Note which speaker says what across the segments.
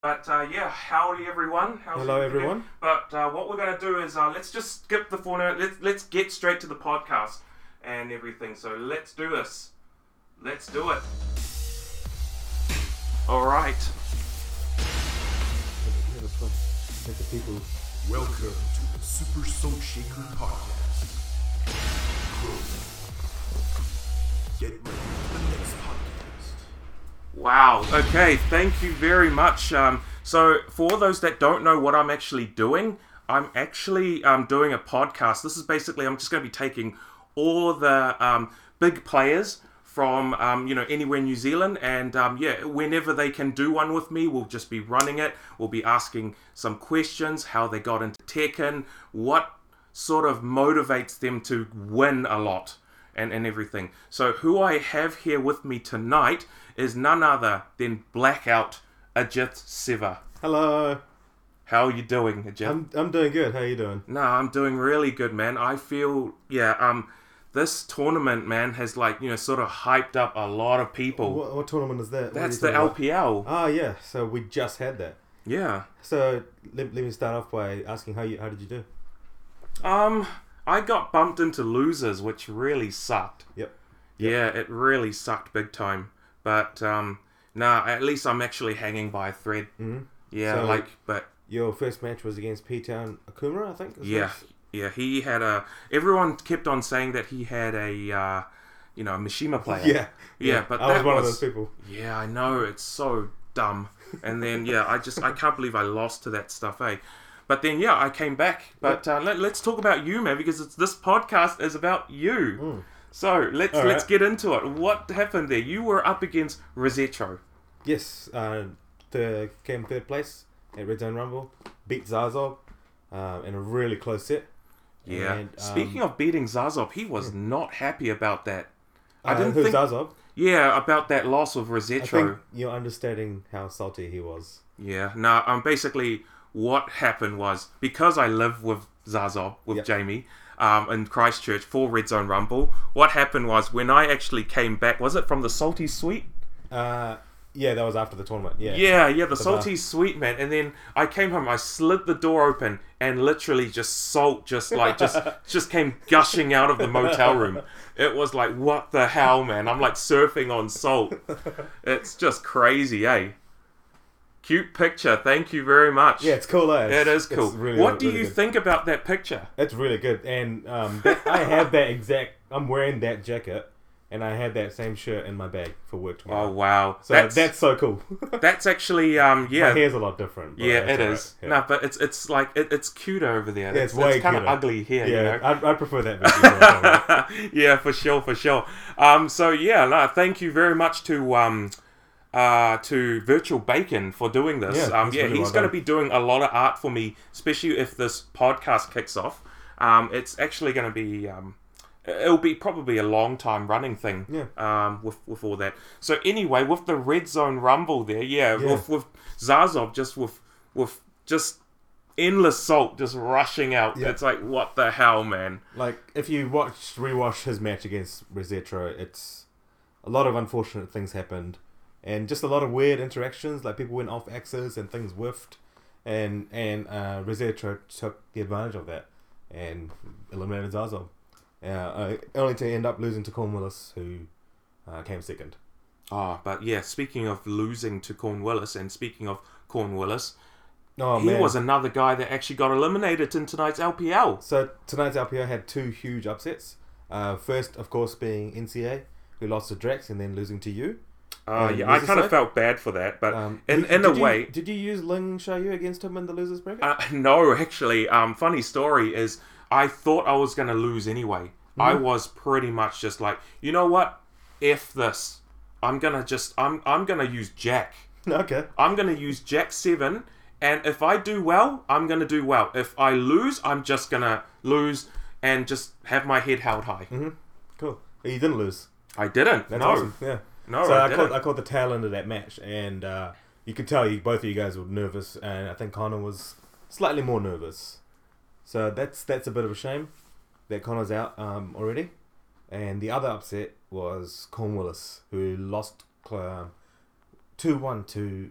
Speaker 1: But uh, yeah, howdy everyone. How's
Speaker 2: Hello,
Speaker 1: everything?
Speaker 2: everyone.
Speaker 1: But uh, what we're going to do is uh, let's just skip the format. Let's let's get straight to the podcast and everything. So let's do this. Let's do it. All right.
Speaker 2: Yeah, that's fun. Make the people.
Speaker 3: Welcome to the Super Soul Shaker Podcast. Get ready for the next podcast.
Speaker 1: Wow. Okay. Thank you very much. Um, so, for those that don't know what I'm actually doing, I'm actually um, doing a podcast. This is basically I'm just going to be taking all the um, big players from um, you know anywhere in New Zealand, and um, yeah, whenever they can do one with me, we'll just be running it. We'll be asking some questions, how they got into Tekken, what sort of motivates them to win a lot and, and everything. So, who I have here with me tonight is none other than Blackout Ajith Seva.
Speaker 2: Hello.
Speaker 1: How are you doing, Ajith?
Speaker 2: I'm I'm doing good. How you doing?
Speaker 1: no, I'm doing really good, man. I feel, yeah, um, this tournament, man, has like, you know, sort of hyped up a lot of people.
Speaker 2: What, what tournament is that? What are
Speaker 1: That's
Speaker 2: you
Speaker 1: the
Speaker 2: talking about?
Speaker 1: LPL.
Speaker 2: Ah, yeah. So we just had that.
Speaker 1: yeah.
Speaker 2: So let, let me start off by asking how you how did you do?
Speaker 1: Um, I got bumped into losers, which really sucked.
Speaker 2: Yep.
Speaker 1: Yeah, it really sucked big time. But um, nah, at least I'm actually hanging by a thread.
Speaker 2: Mhm.
Speaker 1: Yeah,
Speaker 2: So-
Speaker 1: like, but
Speaker 2: Your first match was against P Town Akumura, I think. is
Speaker 1: yeah,
Speaker 2: it?
Speaker 1: yeah, he had a. Everyone kept on saying that he had a, uh, you know, a Mishima player.
Speaker 2: Yeah.
Speaker 1: yeah, but
Speaker 2: I
Speaker 1: that
Speaker 2: was one of those people.
Speaker 1: Yeah, I know. It's so dumb. And then yeah, I just I can't believe I lost to that stuff, eh? But then yeah, I came back. But uh, let, let's talk about you, man, because it's, this podcast is about you. So let's
Speaker 2: Hmm. All
Speaker 1: let's
Speaker 2: right.
Speaker 1: get into it. What happened there? You were up against Rosetro.
Speaker 2: Yes. Uh, the came third place at Red Zone Rumble. Beat Zazo, um, in a really close set.
Speaker 1: Yeah.
Speaker 2: And, um, hmm.
Speaker 1: Speaking of beating Zazov, he was not happy about that. I
Speaker 2: uh,
Speaker 1: didn't
Speaker 2: who's
Speaker 1: think.
Speaker 2: Zazo?
Speaker 1: Yeah, about that loss of
Speaker 2: I
Speaker 1: Rosetro.
Speaker 2: think you're understating how salty he was.
Speaker 1: Yeah. No, um, basically, what happened was because I live with Zazo, with
Speaker 2: Yep.
Speaker 1: Jamie, um, in Christchurch for Red Zone Rumble, what happened was when I actually came back, was it from the Salty Sweet?
Speaker 2: Uh, yeah, that was after the tournament. Yeah.
Speaker 1: Yeah, yeah, the Salty Sweet, man. And then I came home, I slid the door open, and literally just salt just like, just, just came gushing out of the motel room. It was like, what the hell, man? I'm like surfing on salt. It's just crazy, eh? Cute picture. Thank you very much.
Speaker 2: Yeah, it's cool. Eh?
Speaker 1: It
Speaker 2: It's-
Speaker 1: is cool.
Speaker 2: It's really,
Speaker 1: what do
Speaker 2: really
Speaker 1: you
Speaker 2: good.
Speaker 1: think about that picture?
Speaker 2: It's really good, and um, that- I have that exact. I'm wearing that jacket, and I had that same shirt in my bag for work
Speaker 1: Oh
Speaker 2: tomorrow.
Speaker 1: wow,
Speaker 2: so
Speaker 1: that's that's,
Speaker 2: that's, so cool.
Speaker 1: actually um
Speaker 2: My
Speaker 1: yeah
Speaker 2: hair's a lot different. but
Speaker 1: yeah
Speaker 2: that's
Speaker 1: it
Speaker 2: all
Speaker 1: is
Speaker 2: right.
Speaker 1: no but it's it's like it, it's cuter over there.
Speaker 2: Yeah,
Speaker 1: it's
Speaker 2: it's way
Speaker 1: kind of
Speaker 2: cuter.
Speaker 1: ugly here.
Speaker 2: Yeah,
Speaker 1: You know?
Speaker 2: I, I prefer that. Video
Speaker 1: yeah, for sure, for sure. Um, so yeah, no, thank you very much to um, uh, to Virtual Bacon for doing this.
Speaker 2: Yeah,
Speaker 1: um,
Speaker 2: that's
Speaker 1: yeah,
Speaker 2: really
Speaker 1: he's
Speaker 2: well
Speaker 1: going to
Speaker 2: done.
Speaker 1: be doing a lot of art for me, especially if this podcast kicks off. Um, it's actually going to be um, it'll be probably a long time running thing.
Speaker 2: Yeah.
Speaker 1: Um, with with all that. So anyway, with the Red Zone Rumble there, yeah,
Speaker 2: Yeah.
Speaker 1: with with Zazov just with with just. Endless salt just rushing out.
Speaker 2: Yeah.
Speaker 1: It's like what the hell, man.
Speaker 2: like if you watch rewatch his match against Rosetro, it's a lot of unfortunate things happened, and just a lot of weird interactions. Like people went off axes and things whiffed, and and uh, Rosetro took the advantage of that and eliminated Zazo, uh, uh, only to end up losing to Cornwallis, who uh, came second.
Speaker 1: Ah, but yeah, speaking of losing to Cornwallis and speaking of Cornwallis,
Speaker 2: Oh
Speaker 1: he
Speaker 2: man!
Speaker 1: was another guy that actually got eliminated in tonight's LPL.
Speaker 2: So tonight's LPO had two huge upsets. Uh, first, of course, being NCA, who lost to Drax and then losing to you.
Speaker 1: Oh,
Speaker 2: Um,
Speaker 1: yeah, I
Speaker 2: was this
Speaker 1: kind of
Speaker 2: it?
Speaker 1: felt bad for that, but
Speaker 2: Um,
Speaker 1: in,
Speaker 2: did-
Speaker 1: in a
Speaker 2: did you-
Speaker 1: way,
Speaker 2: did you use Ling Xiaoyu against him in the losers bracket?
Speaker 1: Uh, no, actually, um, funny story is I thought I was going to lose anyway. I was pretty much just like, you know what? If this, I'm gonna just, I'm, I'm gonna use Jack.
Speaker 2: okay.
Speaker 1: I'm gonna use Jack Seven, and if I do well, I'm gonna do well. If I lose, I'm just gonna lose and just have my head held high.
Speaker 2: Cool. You didn't lose.
Speaker 1: I didn't.
Speaker 2: Mm-hmm. That's
Speaker 1: no.
Speaker 2: awesome. Yeah.
Speaker 1: No,
Speaker 2: So
Speaker 1: I
Speaker 2: I, caught,
Speaker 1: didn't.
Speaker 2: I caught the tail end of that match, and uh, you could tell you both of you guys were nervous, and I think Connor was slightly more nervous. So that's that's a bit of a shame that Connor's out um, already. And the other upset was um, Cornwallis, who lost two one to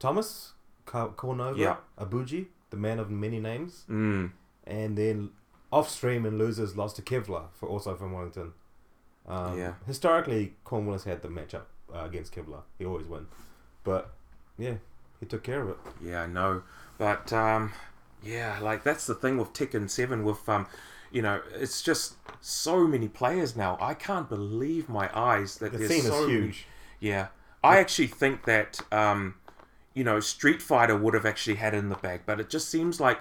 Speaker 2: Thomas Ka- Cornova,
Speaker 1: Yeah.
Speaker 2: Abuji, the man of many names,
Speaker 1: Mm.
Speaker 2: and then off stream and losers lost to Kevlar for also from Wellington. Um,
Speaker 1: Yeah.
Speaker 2: Historically, Cornwallis had the matchup uh, against Kevlar. He always wins, but yeah, he took care of it.
Speaker 1: Yeah, I know. But um, yeah, like that's the thing with Tekken Seven. With um, you know, it's just so many players now. I can't believe my eyes that
Speaker 2: The
Speaker 1: there's
Speaker 2: scene
Speaker 1: so
Speaker 2: is
Speaker 1: many-
Speaker 2: huge.
Speaker 1: yeah, I actually think that um, you know Street Fighter would have actually had it in the bag, but it just seems like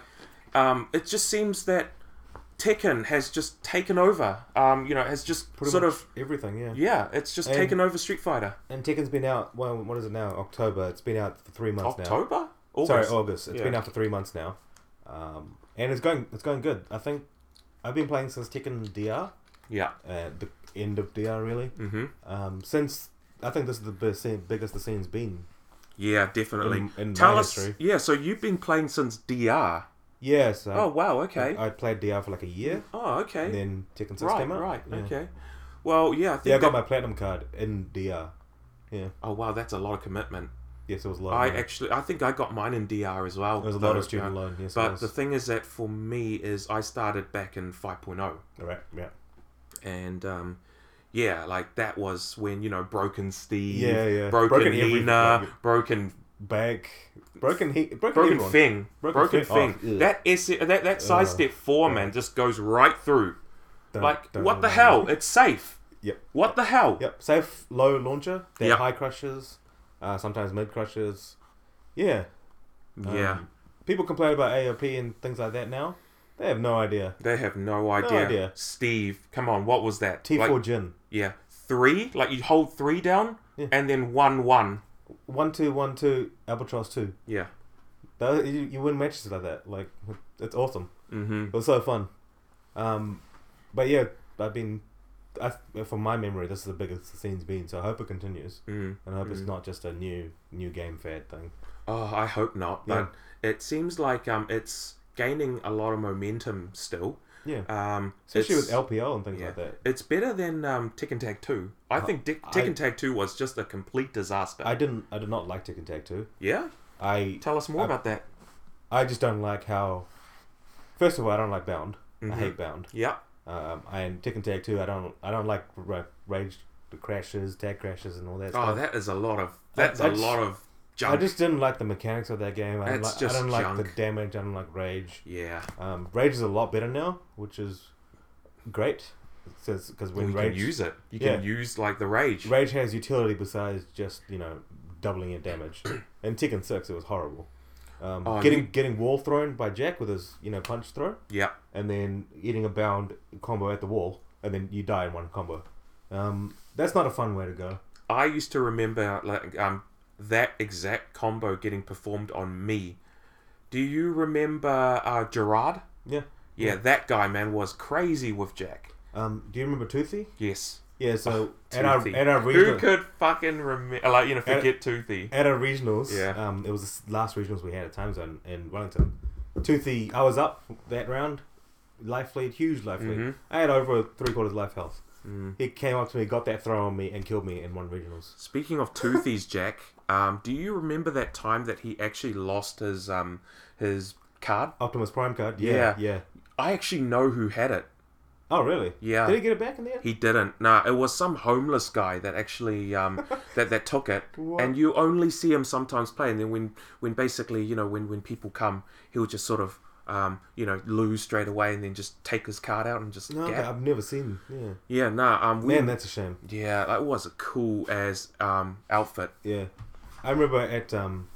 Speaker 1: um, it just seems that Tekken has just taken over. Um, you know, has just
Speaker 2: Pretty
Speaker 1: sort
Speaker 2: much
Speaker 1: of
Speaker 2: everything. Yeah.
Speaker 1: yeah, it's just
Speaker 2: And-
Speaker 1: taken over Street Fighter.
Speaker 2: And Tekken's been out. Well, what is it now? October. It's been out for three months now.
Speaker 1: October, August.
Speaker 2: Sorry, August. It's
Speaker 1: Yeah.
Speaker 2: been out for three months now, um, and it's going it's going good. I think I've been playing since Tekken DR,
Speaker 1: Yeah.
Speaker 2: uh, the end of DR really.
Speaker 1: Mm-hmm.
Speaker 2: Um, since I think this is the best scene, biggest the scene's been.
Speaker 1: Yeah, definitely.
Speaker 2: In- in
Speaker 1: Tell
Speaker 2: my
Speaker 1: us,
Speaker 2: history.
Speaker 1: yeah. So you've been playing since DR.
Speaker 2: Yeah, so
Speaker 1: oh wow, okay.
Speaker 2: I, I played DR for like a year,
Speaker 1: oh okay.
Speaker 2: and then Tekken Six
Speaker 1: right,
Speaker 2: came out.
Speaker 1: right,
Speaker 2: Yeah.
Speaker 1: okay. Well, yeah, I think.
Speaker 2: Yeah, I got
Speaker 1: that-
Speaker 2: my platinum card in DR. Yeah,
Speaker 1: Oh wow, that's a lot of commitment.
Speaker 2: yes, it was a
Speaker 1: I
Speaker 2: lot. of money.
Speaker 1: actually, I think I got mine in DR as well.
Speaker 2: it was a lot
Speaker 1: though,
Speaker 2: of student
Speaker 1: yeah.
Speaker 2: loan. Yes, it
Speaker 1: But
Speaker 2: was.
Speaker 1: the thing is that for me is I started back in 5.0,
Speaker 2: All right, yeah,
Speaker 1: and um, yeah, like that was when you know broken Steve,
Speaker 2: Yeah, yeah.
Speaker 1: broken,
Speaker 2: Broken everything.
Speaker 1: Nina, broken
Speaker 2: back broken he broken,
Speaker 1: broken
Speaker 2: everyone.
Speaker 1: Fing,
Speaker 2: Broken
Speaker 1: broken
Speaker 2: Fing.
Speaker 1: Fing.
Speaker 2: Oh, ugh.
Speaker 1: that is that that sidestep four man just goes right through.
Speaker 2: Don't-
Speaker 1: Like,
Speaker 2: don't
Speaker 1: what the
Speaker 2: remind me.
Speaker 1: hell? It's safe.
Speaker 2: Yep.
Speaker 1: What the hell?
Speaker 2: Yep, safe low launcher. They're
Speaker 1: Yep.
Speaker 2: high crushes, uh, sometimes mid crushes. Yeah. um,
Speaker 1: Yeah.
Speaker 2: People complain about AOP and things like that now. They have no idea.
Speaker 1: They have no idea.
Speaker 2: idea.
Speaker 1: Steve, come on, what was that?
Speaker 2: T4
Speaker 1: Like,
Speaker 2: Jin.
Speaker 1: yeah. Three? Like, you hold three down
Speaker 2: Yeah.
Speaker 1: and then one, one.
Speaker 2: One two one two Albatross two.
Speaker 1: Yeah.
Speaker 2: That, you, you win matches like that. Like it's awesome.
Speaker 1: Mm-hmm.
Speaker 2: It was so fun. Um, but yeah, I've been. I, from my memory, this is the biggest the scene's been. So I hope it continues,
Speaker 1: Mm.
Speaker 2: and I hope it's not just a new new game fad thing.
Speaker 1: Oh, I hope not.
Speaker 2: Yeah.
Speaker 1: But it seems like um, it's gaining a lot of momentum still.
Speaker 2: Yeah,
Speaker 1: Um,
Speaker 2: especially
Speaker 1: it's-
Speaker 2: with LPL and things
Speaker 1: yeah.
Speaker 2: like that. Oh,
Speaker 1: It's better than um, Tekken Tag 2. I think Dick,
Speaker 2: I-
Speaker 1: Tekken Tag 2 was just a complete disaster.
Speaker 2: I didn't. I did not like Tekken Tag two.
Speaker 1: yeah?
Speaker 2: I
Speaker 1: Tell us more
Speaker 2: I-
Speaker 1: about that.
Speaker 2: I just don't like how. First of all, I don't like Bound.
Speaker 1: Mhm.
Speaker 2: I hate Bound.
Speaker 1: Yeah.
Speaker 2: Um, and Tick and Tag too. I don't. I don't like ra- rage, the crashes, tag crashes, and all that
Speaker 1: Oh,
Speaker 2: stuff.
Speaker 1: that is a lot of. That's a
Speaker 2: that's-
Speaker 1: lot of junk.
Speaker 2: I just didn't like the mechanics of that game. I don't,
Speaker 1: That's
Speaker 2: like,
Speaker 1: just
Speaker 2: I don't like the
Speaker 1: junk.
Speaker 2: damage. I don't like rage.
Speaker 1: yeah.
Speaker 2: Um, rage is a lot better now, which is great. Because
Speaker 1: Well,
Speaker 2: when
Speaker 1: you
Speaker 2: rage
Speaker 1: can use it. You
Speaker 2: Yeah.
Speaker 1: can use like the rage.
Speaker 2: rage has utility besides just you know doubling your damage. In Tekken Six, it was horrible. Um,
Speaker 1: Oh,
Speaker 2: getting
Speaker 1: you-
Speaker 2: getting wall thrown by Jack with his you know punch throw.
Speaker 1: Yeah.
Speaker 2: and then eating a bound combo at the wall, and then you die in one combo. Um, that's not a fun way to go.
Speaker 1: I used to remember like um that exact combo getting performed on me. Do you remember uh, Gerard?
Speaker 2: Yeah.
Speaker 1: Yeah, that guy man was crazy with Jack.
Speaker 2: Um, do you remember Toothy?
Speaker 1: Yes.
Speaker 2: Yeah. So at our
Speaker 1: Ah, Toothy.
Speaker 2: at our
Speaker 1: Who
Speaker 2: regional,
Speaker 1: could fucking remember? Like you know, forget Toothy.
Speaker 2: at our regionals,
Speaker 1: Yeah.
Speaker 2: um, it was the s- last regionals we had at time zone in Wellington. Toothy, I was up that round, life lead, huge life lead.
Speaker 1: Mhm.
Speaker 2: I had over three quarters life health.
Speaker 1: Mm.
Speaker 2: He came up to me, got that throw on me, and killed me in one regionals.
Speaker 1: Speaking of Toothy's Jack, um, do you remember that time that he actually lost his um his card?
Speaker 2: Optimus Prime card. Yeah.
Speaker 1: Yeah.
Speaker 2: Yeah.
Speaker 1: I actually know who had it.
Speaker 2: Oh really?
Speaker 1: Yeah.
Speaker 2: Did he get it back in the end?
Speaker 1: He didn't. Nah, it was some homeless guy that actually um, that that took it.
Speaker 2: What?
Speaker 1: And you only see him sometimes play. And then when when basically you know when when people come, he'll just sort of um, you know lose straight away and then just take his card out and just
Speaker 2: No, okay,
Speaker 1: gab.
Speaker 2: I've never seen. Yeah.
Speaker 1: yeah. Nah. Um. We,
Speaker 2: Man, that's a shame.
Speaker 1: yeah. That was a cool as um outfit.
Speaker 2: Yeah, I remember at um,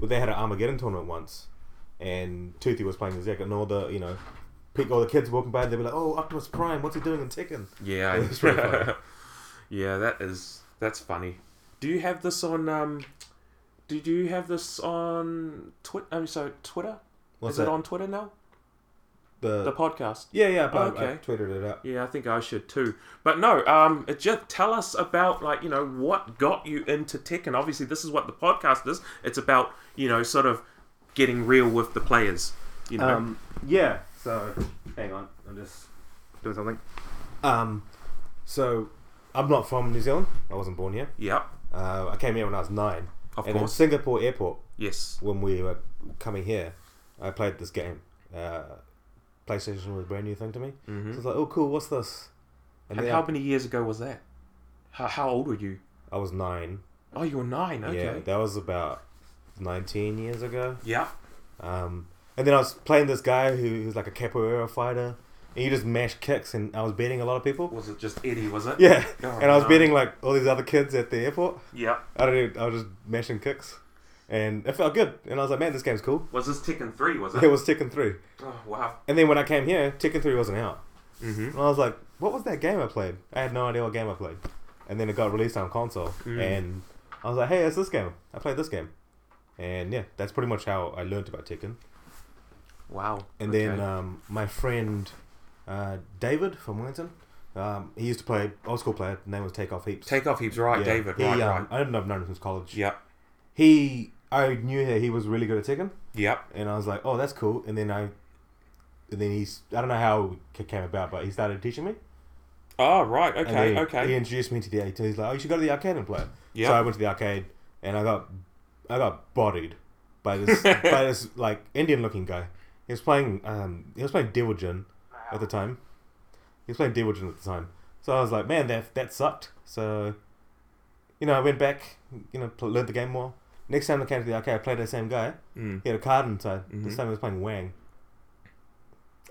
Speaker 2: well, they had an Armageddon tournament once, and Toothy was playing the Zek, and all the you know, pe- all the kids walking by, they'd be like, "Oh, Optimus Prime, what's he doing in Tekken?"
Speaker 1: Yeah.
Speaker 2: That's really funny.
Speaker 1: yeah. That is that's funny. Do you have this on um? Did you have this on Twitter? I'm sorry, Twitter.
Speaker 2: What's
Speaker 1: is it
Speaker 2: that? Uh,
Speaker 1: on Twitter now?
Speaker 2: The,
Speaker 1: The podcast.
Speaker 2: yeah, yeah, but I, I
Speaker 1: Okay.
Speaker 2: tweeted it out.
Speaker 1: Yeah, I think I should too. But no, um, just tell us about like you know what got you into tech, and obviously this is what the podcast is. It's about you know sort of getting real with the players. You know,
Speaker 2: Um, yeah. So, hang on, I'm just doing something. Um, so I'm not from New Zealand. I wasn't born here.
Speaker 1: yep,
Speaker 2: Uh, I came here when I was nine.
Speaker 1: Of
Speaker 2: and in
Speaker 1: course.
Speaker 2: Singapore airport,
Speaker 1: Yes.
Speaker 2: when we were coming here, I played this game. Uh, PlayStation was a brand new thing to me. So I was like, oh, cool, what's this? And,
Speaker 1: Mm-hmm. And
Speaker 2: then
Speaker 1: how
Speaker 2: I,
Speaker 1: many years ago was that? How, how old were you?
Speaker 2: I was nine.
Speaker 1: Oh, you were nine. Okay.
Speaker 2: Yeah, that was about 19 years ago.
Speaker 1: Yeah.
Speaker 2: Um, and then I was playing this guy who, who's like a capoeira fighter, and you just mash kicks, and I was beating a lot of people.
Speaker 1: Was it just Eddie? Was it?
Speaker 2: Yeah,
Speaker 1: Oh,
Speaker 2: and I was
Speaker 1: no.
Speaker 2: beating like all these other kids at the airport.
Speaker 1: Yeah.
Speaker 2: I don't even, I was just mashing kicks, and it felt good. And I was like, man, this game's cool.
Speaker 1: Was this Tekken Three? Was
Speaker 2: It was Tekken 3.
Speaker 1: Oh wow.
Speaker 2: And then when I came here, Tekken 3 wasn't out.
Speaker 1: Mm-hmm.
Speaker 2: And I was like, what was that game I played? I had no idea what game I played. And then it got released on console.
Speaker 1: Mm.
Speaker 2: And I was like, hey, it's this game. I played this game. And yeah, that's pretty much how I learned about Tekken.
Speaker 1: Wow.
Speaker 2: And then
Speaker 1: Okay.
Speaker 2: um, my friend uh, David from Wellington, um, he used to play, old school player, name was Takeoff Heaps.
Speaker 1: take off heaps. Right,
Speaker 2: Yeah.
Speaker 1: David.
Speaker 2: He,
Speaker 1: right,
Speaker 2: um,
Speaker 1: right.
Speaker 2: I didn't know, I've known him since college.
Speaker 1: Yep.
Speaker 2: He, I knew he, he was really good at Tekken.
Speaker 1: Yep.
Speaker 2: and I was like, "Oh, that's cool." And then I, and then he's I don't know how it came about, but he started teaching me.
Speaker 1: Oh right.
Speaker 2: And
Speaker 1: Okay.
Speaker 2: then
Speaker 1: Okay.
Speaker 2: He introduced me to the arcade. He's like, "Oh, you should go to the arcade and play." it."
Speaker 1: Yeah.
Speaker 2: So I went to the arcade and I got, I got bodied by this by this like Indian looking guy. He was playing um he was playing Devil Jin at the time. He was playing Devil Jin at the time. So I was like, man, that that sucked. So, you know, I went back, you know, pl- learned the game more. Next time I came to the arcade, I played that same guy.
Speaker 1: Mm.
Speaker 2: He had a card inside. This
Speaker 1: Mhm.
Speaker 2: time he was playing Wang.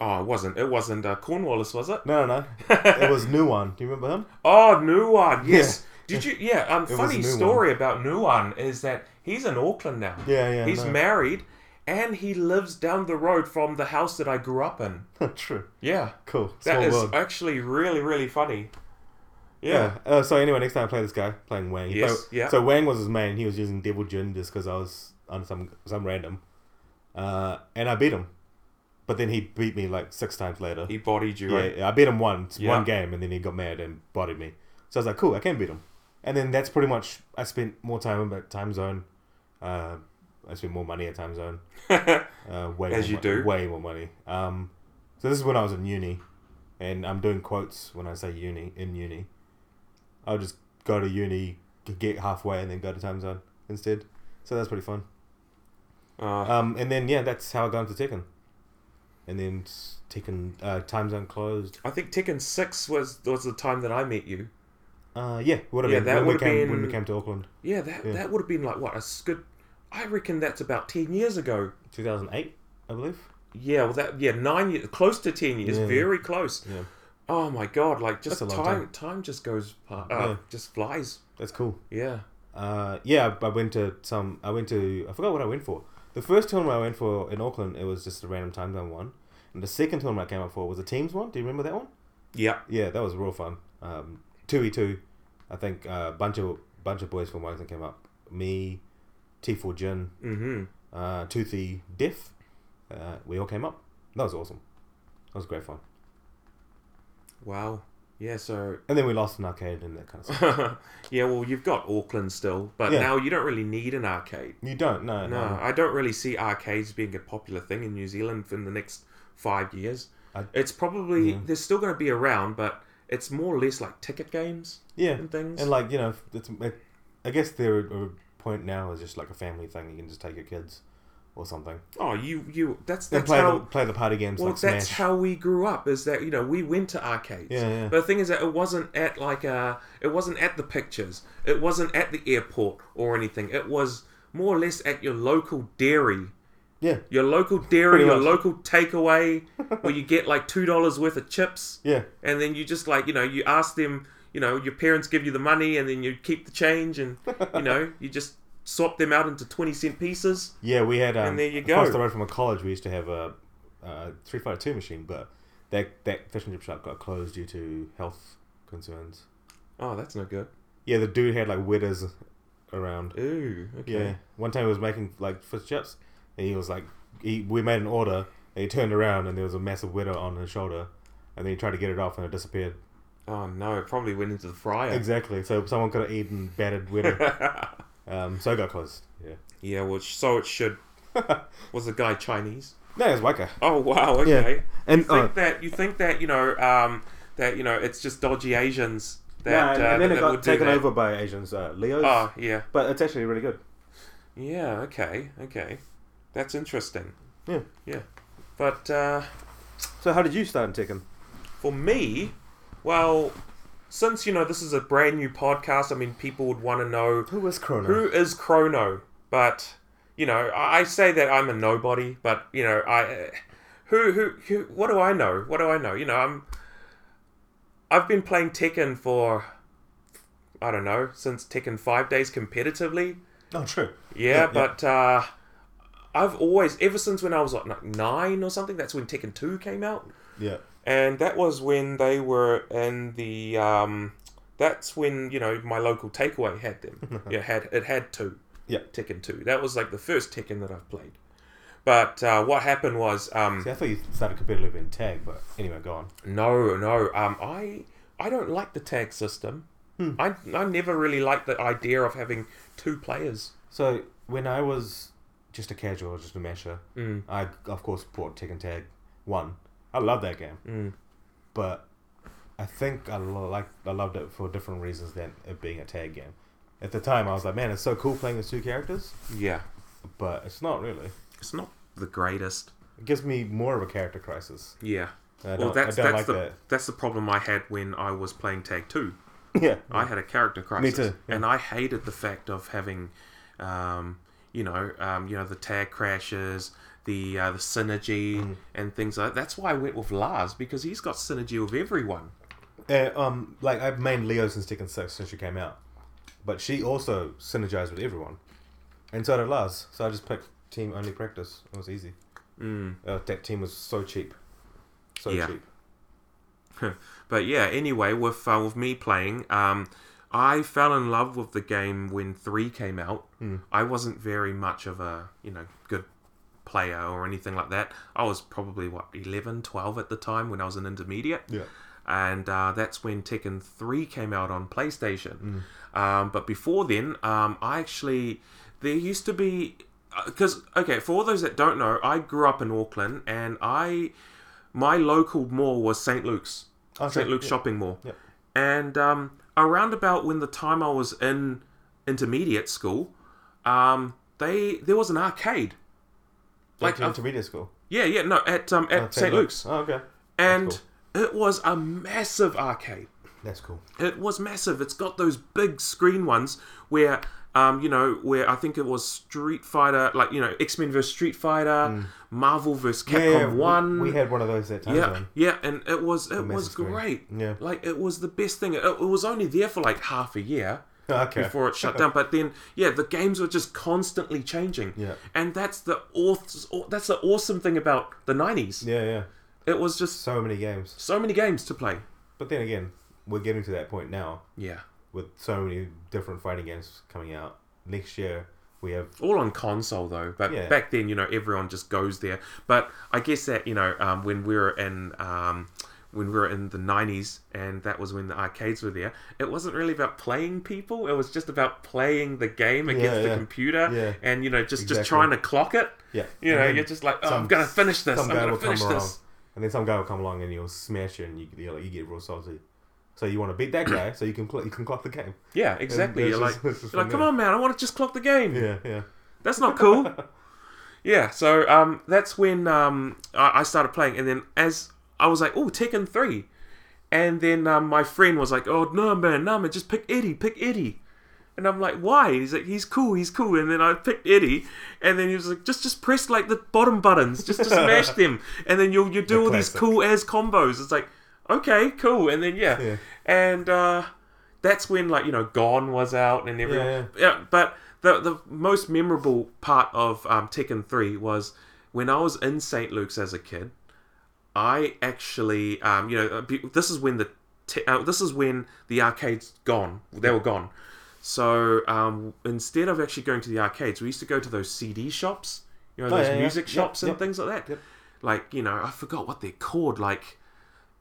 Speaker 1: Oh, it wasn't. It wasn't uh, Cornwallis, was it?
Speaker 2: No, no, no. it was New One. Do you remember him?
Speaker 1: Oh, Nuwan. Yes. Did you? Yeah. Um.
Speaker 2: was
Speaker 1: funny
Speaker 2: Nuwan.
Speaker 1: story about Nuwan is that he's in Auckland now.
Speaker 2: Yeah, yeah.
Speaker 1: He's
Speaker 2: no.
Speaker 1: married, and he lives down the road from the house that I grew up in.
Speaker 2: True.
Speaker 1: Yeah.
Speaker 2: Cool.
Speaker 1: That
Speaker 2: Small
Speaker 1: is
Speaker 2: world.
Speaker 1: actually really, really funny. Yeah.
Speaker 2: Yeah. Uh, so anyway, next time I play this guy playing Wang. He
Speaker 1: Yes,
Speaker 2: play-
Speaker 1: yeah.
Speaker 2: So Wang was his main. He was using Devil Jin just because I was on some some random, uh, and I beat him. But then he beat me like six times later.
Speaker 1: He bodied you.
Speaker 2: yeah,
Speaker 1: right?
Speaker 2: I beat him once,
Speaker 1: Yeah.
Speaker 2: one game, and then he got mad and bodied me. So I was like, cool, I can beat him. And then that's pretty much. I spent more time in that time zone. Uh, I spent more money at time zone. Uh, way
Speaker 1: As
Speaker 2: more
Speaker 1: you
Speaker 2: mo-
Speaker 1: do.
Speaker 2: way more money. Um, so this is when I was in uni, and I'm doing quotes when I say uni in uni. I'll just go to uni, get halfway, and then go to time zone instead. So that's pretty fun.
Speaker 1: Uh,
Speaker 2: Um, and then yeah, that's how I got into Tekken. And then s- Tekken uh, time zone closed.
Speaker 1: I think Tekken Six was was the time that I met you.
Speaker 2: Uh, yeah, would have
Speaker 1: Yeah,
Speaker 2: been
Speaker 1: that
Speaker 2: when we
Speaker 1: would've
Speaker 2: came when we
Speaker 1: been-
Speaker 2: came to Auckland,
Speaker 1: Yeah, that
Speaker 2: Yeah.
Speaker 1: that would have been like what a s- good. I reckon that's about ten years ago.
Speaker 2: two thousand eight, I believe.
Speaker 1: Yeah, well, that yeah, nine years, close to ten years,
Speaker 2: Yeah.
Speaker 1: very close.
Speaker 2: Yeah.
Speaker 1: Oh my god, like just
Speaker 2: That's a
Speaker 1: time,
Speaker 2: long
Speaker 1: time, just goes, pa- uh,
Speaker 2: Yeah.
Speaker 1: just flies.
Speaker 2: That's cool.
Speaker 1: Yeah.
Speaker 2: Uh, yeah, I I went to some. I went to. I forgot what I went for. The first tournament I went for in Auckland, it was just a random time zone one. And the second tournament I came up for was a teams one. Do you remember that one?
Speaker 1: Yeah.
Speaker 2: Yeah, that was real fun. Um, two e two, I think a bunch of bunch of boys from Wellington came up. Me, T four Jin,
Speaker 1: Mm-hmm.
Speaker 2: uh, Toothy Diff. Uh, we all came up. That was awesome. That was great fun.
Speaker 1: Wow. Yeah. So.
Speaker 2: And then we lost an arcade and that kind of stuff.
Speaker 1: yeah. Well, you've got Auckland still, but
Speaker 2: Yeah.
Speaker 1: now you don't really need an arcade.
Speaker 2: You don't no
Speaker 1: No,
Speaker 2: no.
Speaker 1: I don't really see arcades being a popular thing in New Zealand in the next five years.
Speaker 2: I-
Speaker 1: it's probably
Speaker 2: Yeah.
Speaker 1: they're still going to be around, but it's more or less like ticket games
Speaker 2: Yeah,
Speaker 1: and things.
Speaker 2: And like you know, it's, it, I guess their uh, point now is just like a family thing. You can just take your kids or something
Speaker 1: oh, you you that's
Speaker 2: and
Speaker 1: that's
Speaker 2: play
Speaker 1: how
Speaker 2: the, play the party games
Speaker 1: well
Speaker 2: like
Speaker 1: that's
Speaker 2: Smash.
Speaker 1: how we grew up. Is that you know we went to arcades.
Speaker 2: Yeah, yeah.
Speaker 1: But the thing is that it wasn't at like uh it wasn't at the pictures. It wasn't at the airport or anything. It was more or less at your local dairy.
Speaker 2: yeah,
Speaker 1: Your local dairy, your
Speaker 2: much.
Speaker 1: local takeaway, where you get like two dollars worth of chips.
Speaker 2: yeah,
Speaker 1: and then you just like you know you ask them you know your parents give you the money and then you keep the change and you know you just swap them out into 20 cent pieces
Speaker 2: yeah. We had um,
Speaker 1: And there you
Speaker 2: across
Speaker 1: go.
Speaker 2: the road from a college. We used to have a, uh three five two machine, but that that fish and chip shop got closed due to health concerns.
Speaker 1: oh that's no good
Speaker 2: Yeah, the dude had like widows around.
Speaker 1: ooh okay
Speaker 2: Yeah. One time he was making like fish chips, and he was like, he, we made an order, and he turned around, and there was a massive widow on his shoulder, and then he tried to get it off, and it disappeared.
Speaker 1: oh no it probably went into the fryer
Speaker 2: Exactly. So someone could have eaten battered widow. um, so it got closed. Yeah.
Speaker 1: yeah which so it should was the guy chinese
Speaker 2: No, it's Waka.
Speaker 1: oh wow okay
Speaker 2: And,
Speaker 1: you think
Speaker 2: uh,
Speaker 1: that you think that you know um that you know it's just dodgy asians that
Speaker 2: yeah, and,
Speaker 1: uh,
Speaker 2: and then
Speaker 1: that
Speaker 2: it
Speaker 1: would
Speaker 2: got
Speaker 1: do
Speaker 2: taken
Speaker 1: that.
Speaker 2: over by Asians, uh, Leos.
Speaker 1: oh yeah
Speaker 2: but it's actually really good.
Speaker 1: Yeah, okay, okay. That's interesting.
Speaker 2: Yeah.
Speaker 1: Yeah. But uh,
Speaker 2: So how did you start in Tekken?
Speaker 1: for me, well, since, you know, this is a brand new podcast, I mean, people would want to know
Speaker 2: Who was Chrono?
Speaker 1: who is Chrono? But you know, I, I say that I'm a nobody, but you know, I uh, who, who who what do I know? What do I know? You know, I'm I've been playing Tekken for I don't know since Tekken Five Days competitively.
Speaker 2: Oh, true.
Speaker 1: Yeah, but uh, I've always ever since when I was like nine or something. That's when Tekken Two came out
Speaker 2: Yeah.
Speaker 1: and that was when they were in the um that's when you know my local takeaway had them yeah had it had two
Speaker 2: Yeah.
Speaker 1: Tekken two that was like the first Tekken that I've played but uh, what happened was um
Speaker 2: See, I thought you started competitive in tag, but anyway, go on.
Speaker 1: no no um I I don't like the tag system
Speaker 2: Hmm.
Speaker 1: I I never really liked the idea of having two players
Speaker 2: So when I was just a casual, just a masher, I of course bought Tekken Tag One. I love that game, but I think I lo- like I loved it for different reasons than it being a tag game. At the time, I was like, man, it's so cool playing as two characters,
Speaker 1: yeah
Speaker 2: but it's not really.
Speaker 1: it's not the greatest
Speaker 2: It gives me more of a character crisis.
Speaker 1: yeah
Speaker 2: I
Speaker 1: well
Speaker 2: don't,
Speaker 1: that's
Speaker 2: I don't
Speaker 1: that's
Speaker 2: like
Speaker 1: the
Speaker 2: that.
Speaker 1: that's the problem I had when I was playing tag two
Speaker 2: yeah,
Speaker 1: I had a character crisis,
Speaker 2: too, yeah.
Speaker 1: and I hated the fact of having, um, you know, um, you know, the tag crashes, the uh, the synergy,
Speaker 2: Mm.
Speaker 1: and things like. That's why I went with Lars because he's got synergy with everyone.
Speaker 2: Uh, um, like I've mained Leo since Tekken Six since she came out, but she also synergized with everyone, and so did Lars. So I just picked team only practice. It was easy. Mm. Uh, that team was so cheap, so
Speaker 1: Yeah.
Speaker 2: cheap.
Speaker 1: But yeah, anyway, with uh, with me playing, um, I fell in love with the game when three came out.
Speaker 2: Mm.
Speaker 1: I wasn't very much of a you know good player or anything like that. I was probably what 11, 12 at the time when I was an intermediate.
Speaker 2: Yeah.
Speaker 1: and uh, that's when Tekken 3 came out on PlayStation.
Speaker 2: Hmm.
Speaker 1: Um, but before then, um, I actually, there used to be, because, okay, for all those that don't know, I grew up in Auckland and I, my local mall was St. Luke's,
Speaker 2: Okay,
Speaker 1: St. Luke's
Speaker 2: yeah.
Speaker 1: Shopping Mall.
Speaker 2: Yep.
Speaker 1: And um, around about when the time I was in intermediate school, um, they there was an arcade.
Speaker 2: Like
Speaker 1: Like, uh,
Speaker 2: intermediate school.
Speaker 1: Yeah, yeah, no, at um, at
Speaker 2: Okay,
Speaker 1: St.
Speaker 2: look.
Speaker 1: Luke's.
Speaker 2: Oh, okay.
Speaker 1: and
Speaker 2: cool.
Speaker 1: it was a massive arcade.
Speaker 2: That's cool.
Speaker 1: It was massive. It's got those big screen ones where, um, you know, where I think it was Street Fighter, like you know, X Men vs Street Fighter, Marvel vs Capcom
Speaker 2: Mm. we-
Speaker 1: One.
Speaker 2: We, had one of those at time.
Speaker 1: yeah,
Speaker 2: zone.
Speaker 1: yeah, and it was it was
Speaker 2: massive screen.
Speaker 1: great.
Speaker 2: Yeah.
Speaker 1: like it was the best thing. It, it was only there for like half a year
Speaker 2: Okay.
Speaker 1: before it shut down. But then, yeah, the games were just constantly changing.
Speaker 2: Yeah.
Speaker 1: and that's the auth- that's the awesome thing about the nineties.
Speaker 2: Yeah, yeah.
Speaker 1: It was just
Speaker 2: So many games.
Speaker 1: so many games to play.
Speaker 2: But then again, we're getting to that point now
Speaker 1: Yeah,
Speaker 2: with so many different fighting games coming out. Next year we have
Speaker 1: all on console though but
Speaker 2: Yeah.
Speaker 1: back then you know everyone just goes there but i guess that you know um, when we were in um, when we were in the 90s and that was when the arcades were there it wasn't really about playing people it was just about playing the game against the
Speaker 2: yeah.
Speaker 1: computer
Speaker 2: Yeah.
Speaker 1: and you know just just
Speaker 2: Exactly.
Speaker 1: trying to clock it
Speaker 2: Yeah.
Speaker 1: you know
Speaker 2: And then
Speaker 1: you're just like oh, i'm
Speaker 2: some-
Speaker 1: gonna finish this i'm
Speaker 2: some guy
Speaker 1: gonna
Speaker 2: will come
Speaker 1: finish
Speaker 2: along,
Speaker 1: this
Speaker 2: and then some guy will come along and he'll smash you, and you, you, know, you get real salty. So you want to beat that guy, so you can cl- you can clock the game.
Speaker 1: yeah exactly
Speaker 2: there's
Speaker 1: you're
Speaker 2: just-
Speaker 1: like,
Speaker 2: there's just
Speaker 1: you're like
Speaker 2: one
Speaker 1: come
Speaker 2: there."
Speaker 1: on man i want to just clock the game
Speaker 2: Yeah, yeah.
Speaker 1: that's not cool. yeah, so um, that's when um, I, I started playing, and then as I was like, oh, Tekken three, and then um, my friend was like, oh no man, no man, just pick Eddie, pick Eddie, and I'm like, why? He's like, he's cool, he's cool, and then I picked Eddie, and then he was like, just just press like the bottom buttons, just just smash them, and then you'll you do
Speaker 2: The
Speaker 1: all these
Speaker 2: classic.
Speaker 1: cool as combos. It's like, okay, cool, and then yeah,
Speaker 2: Yeah.
Speaker 1: and. uh that's when like you know Gone was out and everyone. Yeah,
Speaker 2: Yeah,
Speaker 1: but the the most memorable part of um, Tekken Three was when I was in St Luke's as a kid. I actually, um, you know, uh, be- this is when the te- uh, this is when the arcades gone. They were gone. So um, instead of actually going to the arcades, we used to go to those CD shops. You know,
Speaker 2: Oh,
Speaker 1: those
Speaker 2: yeah, yeah.
Speaker 1: music
Speaker 2: Yep,
Speaker 1: shops and
Speaker 2: yep.
Speaker 1: things like that.
Speaker 2: Yep.
Speaker 1: Like you know, I forgot what they're called, like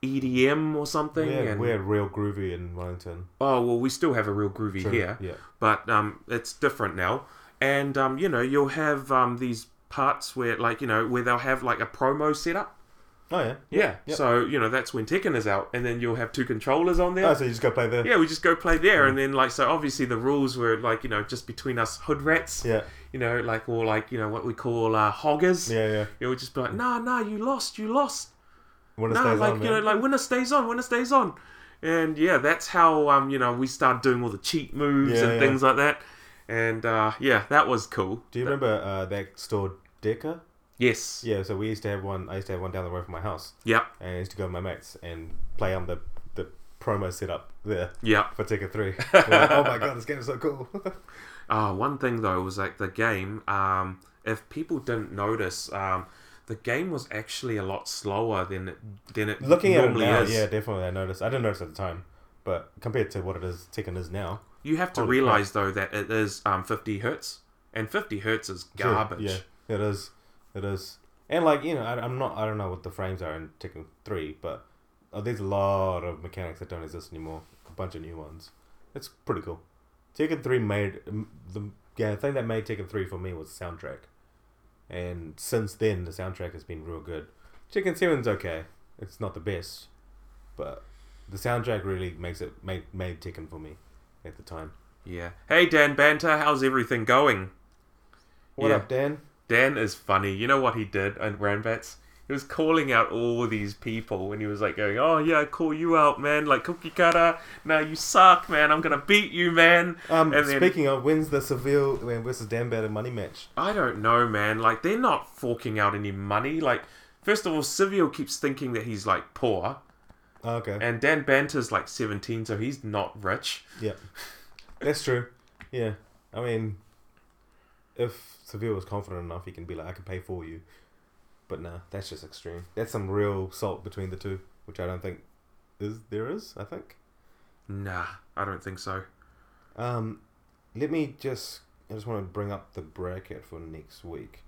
Speaker 1: EDM or something.
Speaker 2: We had,
Speaker 1: and
Speaker 2: we had real groovy in Wellington.
Speaker 1: oh well we still have a real groovy here
Speaker 2: yeah.
Speaker 1: but um it's different now and um you know you'll have um these parts where like you know where they'll have like a promo set up
Speaker 2: Oh yeah.
Speaker 1: Yeah.
Speaker 2: Yep.
Speaker 1: So, you know, that's when Tekken is out. And then you'll have two controllers on there.
Speaker 2: Oh, so you just go play the.
Speaker 1: yeah, we just go play there. And then, like, so obviously the rules were, like, you know, just between us hood rats.
Speaker 2: Yeah.
Speaker 1: You know, like, or, like, you know, what we call uh, hoggers.
Speaker 2: Yeah, yeah.
Speaker 1: It would just be like, nah, nah, you lost, you lost.
Speaker 2: When it
Speaker 1: No,
Speaker 2: stays
Speaker 1: Ah, like
Speaker 2: on,
Speaker 1: you know,
Speaker 2: man.
Speaker 1: like winner stays on, winner stays on, and yeah, that's how um you know we started doing all the cheat moves
Speaker 2: Yeah,
Speaker 1: and
Speaker 2: yeah.
Speaker 1: things like that, and uh yeah, that was cool.
Speaker 2: Do you remember uh, that store Deca?
Speaker 1: Yes.
Speaker 2: Yeah, so we used to have one. I used to have one down the road from my house,
Speaker 1: Yep.
Speaker 2: and I used to go with my mates and play on the the promo setup there
Speaker 1: Yep.
Speaker 2: for Tekken Three. We're like, oh my god, this game is so cool.
Speaker 1: Uh, one thing though was like the game. Um, if people didn't notice, um, the game was actually a lot slower than it than it
Speaker 2: Looking at it
Speaker 1: normally
Speaker 2: now,
Speaker 1: is.
Speaker 2: yeah, definitely I noticed. I didn't notice at the time, but compared to what it is Tekken is now,
Speaker 1: You have to
Speaker 2: Holy crap.
Speaker 1: realize though that it is um 50 hertz, and 50 hertz is
Speaker 2: Sure,
Speaker 1: garbage.
Speaker 2: yeah, it is. It is. And like you know, I, I'm not. I don't know what the frames are in Tekken Three, but uh, there's a lot of mechanics that don't exist anymore. A bunch of new ones. It's pretty cool. Tekken Three made um, the yeah the thing that made Tekken Three for me was the soundtrack, and since then the soundtrack has been real good. Tekken Seven's okay. It's not the best, but the soundtrack really makes it made made Tekken for me at the time.
Speaker 1: Yeah. Hey Dan Banter, how's everything going?
Speaker 2: What
Speaker 1: Yeah.
Speaker 2: up, Dan?
Speaker 1: Dan is funny. You know what he did in Rambats? He was calling out all these people and he was like going, Oh yeah, I call you out, man, like cookie cutter. No, you suck, man, I'm gonna beat you, man.
Speaker 2: Um,
Speaker 1: and then,
Speaker 2: speaking of, when's the Seville when versus Dan Bader money match?
Speaker 1: I don't know, man, like they're not forking out any money. Like first of all, Silvio keeps thinking that he's like poor.
Speaker 2: Oh, okay.
Speaker 1: And Dan Banter's like seventeen, so he's not rich.
Speaker 2: yeah. That's true. Yeah. I mean, if Seville was confident enough, he can be like, I can pay for you. But nah, that's just extreme. That's some real salt between the two, which I don't think is there is, I think.
Speaker 1: Nah, I don't think so.
Speaker 2: Um, let me just. I just want to bring up the bracket for next week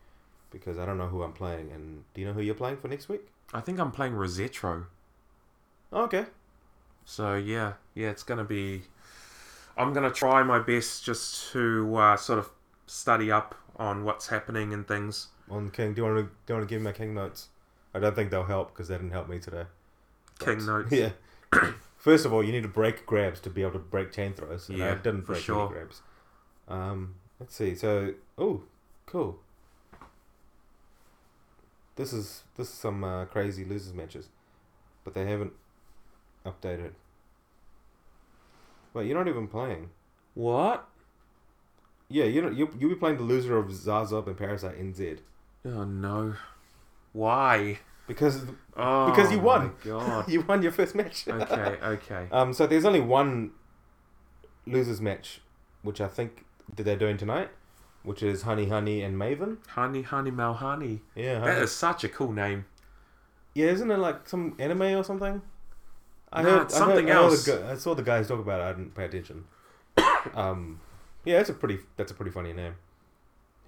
Speaker 2: because I don't know who I'm playing. And do you know who you're playing for next week?
Speaker 1: I think I'm playing Rosetro.
Speaker 2: Oh, okay.
Speaker 1: So yeah, yeah, it's gonna be. I'm gonna try my best just to uh, sort of study up on what's happening and things.
Speaker 2: on King. Do you want to do you want to give me my King notes? I don't think they'll help because they didn't help me today.
Speaker 1: King notes.
Speaker 2: Yeah. First of all, you need to break grabs to be able to break chain throws, and I
Speaker 1: Yeah,
Speaker 2: didn't
Speaker 1: for
Speaker 2: break
Speaker 1: sure.
Speaker 2: any grabs. Um, let's see. So, oh, cool. This is this is some uh, crazy losers matches, but they haven't updated. Wait, you're not even playing.
Speaker 1: What?
Speaker 2: Yeah, you know you you'll be playing the loser of Zazob and Parasite NZ
Speaker 1: Oh no. Why?
Speaker 2: because
Speaker 1: Oh,
Speaker 2: Because you won.
Speaker 1: My God.
Speaker 2: you won your first match.
Speaker 1: okay. Okay.
Speaker 2: Um, so there's only one losers match, which I think that they're doing tonight, which is Honey Honey and Maven.
Speaker 1: Honey, honey, mal, honey.
Speaker 2: Yeah,
Speaker 1: That
Speaker 2: honey.
Speaker 1: is such a cool name.
Speaker 2: yeah, isn't it like some anime or something?
Speaker 1: Nah, it's something
Speaker 2: I heard
Speaker 1: else.
Speaker 2: the gu- I saw the guys talk about it. I didn't pay attention. um, yeah, that's a pretty that's a pretty funny name.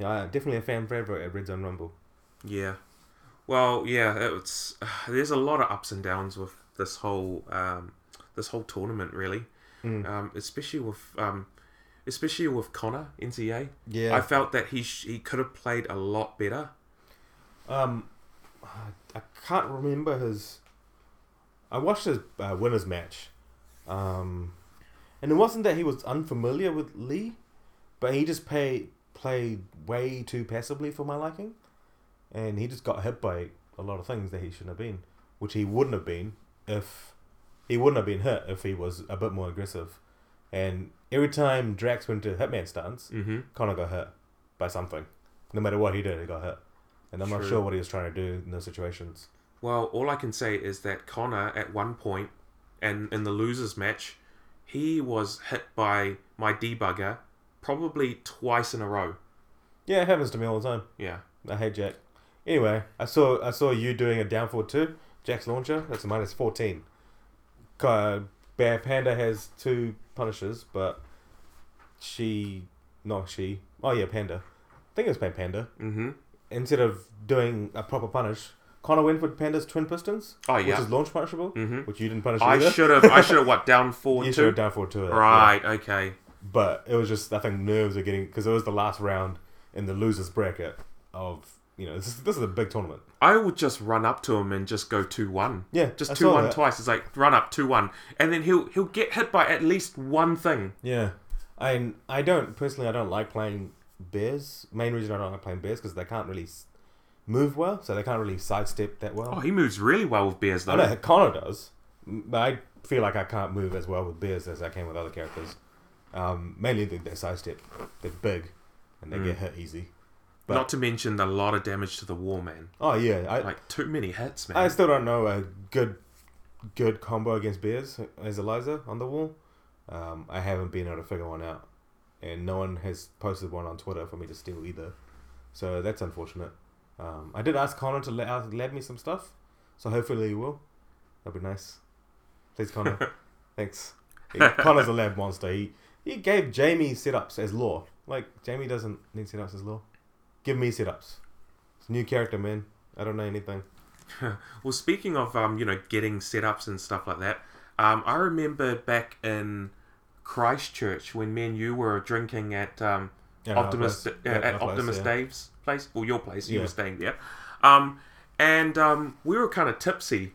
Speaker 2: Yeah, I- definitely a fan favorite at Red Zone Rumble.
Speaker 1: Yeah. Well, yeah. It's there's a lot of ups and downs with this whole um, this whole tournament, really.
Speaker 2: Mm.
Speaker 1: Um, especially with um, especially with Connor NCA.
Speaker 2: Yeah,
Speaker 1: I felt that he sh- he could have played a lot better.
Speaker 2: Um, I I can't remember his. I watched his uh, winners match, um, and it wasn't that he was unfamiliar with Lee, but he just pay, played way too passively for my liking, and he just got hit by a lot of things that he shouldn't have been, which he wouldn't have been if he wouldn't have been hit if he was a bit more aggressive, and every time Drax went to Hitman stance,
Speaker 1: Mm-hmm.
Speaker 2: Connor got hurt by something. No matter what he did, he got hurt. And I'm not
Speaker 1: True.
Speaker 2: sure what he was trying to do in those situations.
Speaker 1: Well, all I can say is that Connor at one point, and in the losers match, he was hit by my debugger probably twice in a row.
Speaker 2: Yeah, it happens to me all the time.
Speaker 1: Yeah.
Speaker 2: I hate Jack. Anyway, I saw I saw you doing a downfall too. Jack's launcher, that's a minus fourteen. Uh, Bear Panda has two punishers, but she no she oh yeah, Panda. I think it was Pan Panda.
Speaker 1: Mm-hmm.
Speaker 2: Instead of doing a proper punish, Connor went for Panda's twin pistons,
Speaker 1: Oh
Speaker 2: which
Speaker 1: yeah.
Speaker 2: is launch punishable,
Speaker 1: Mhm.
Speaker 2: which you didn't punish
Speaker 1: I
Speaker 2: either.
Speaker 1: should have. I should have what down four
Speaker 2: you should
Speaker 1: two.
Speaker 2: have downfall to it. yeah.
Speaker 1: Right. Okay.
Speaker 2: but it was just I think nerves are getting because it was the last round in the losers bracket of you know, this is, this is a big tournament.
Speaker 1: I would just run up to him and just go two one.
Speaker 2: Yeah, I
Speaker 1: just
Speaker 2: saw
Speaker 1: two one
Speaker 2: that.
Speaker 1: twice. It's like run up two one, and then he'll he'll get hit by at least one thing.
Speaker 2: Yeah, I I don't personally I don't like playing bears. Main reason I don't like playing bears because they can't really s- move well, so they can't really sidestep that well.
Speaker 1: Oh, he moves really well with bears
Speaker 2: I
Speaker 1: though.
Speaker 2: know Connor does, m- but I feel like I can't move as well with bears as I can with other characters. Um, mainly they, they sidestep, they're big, and
Speaker 1: Hmm.
Speaker 2: they get hit easy. but-
Speaker 1: Not to mention the lot of damage to the war man.
Speaker 2: Oh yeah, I
Speaker 1: Like too many hits, man.
Speaker 2: I still don't know a good good combo against bears as Eliza on the wall. Um, I haven't been able to figure one out, and no one has posted one on Twitter for me to steal either. So that's unfortunate. Um, I did ask Connor to let out, lab me some stuff, so hopefully he will. That'd be nice. Please, Connor. Thanks. Yeah, Connor's a lab monster. He he gave Jamie setups as law. Like Jamie doesn't need setups as law. Give me setups. It's a new character, man. I don't know anything.
Speaker 1: Well, speaking of um, you know, getting setups and stuff like that, um, I remember back in Christchurch when me and you were drinking at um,
Speaker 2: Yeah, our
Speaker 1: Optimus
Speaker 2: place.
Speaker 1: uh,
Speaker 2: Yeah,
Speaker 1: at
Speaker 2: our place,
Speaker 1: Optimus
Speaker 2: yeah.
Speaker 1: Dave's place, well, your place. You
Speaker 2: Yeah.
Speaker 1: were staying there, um, and um, we were kind of tipsy.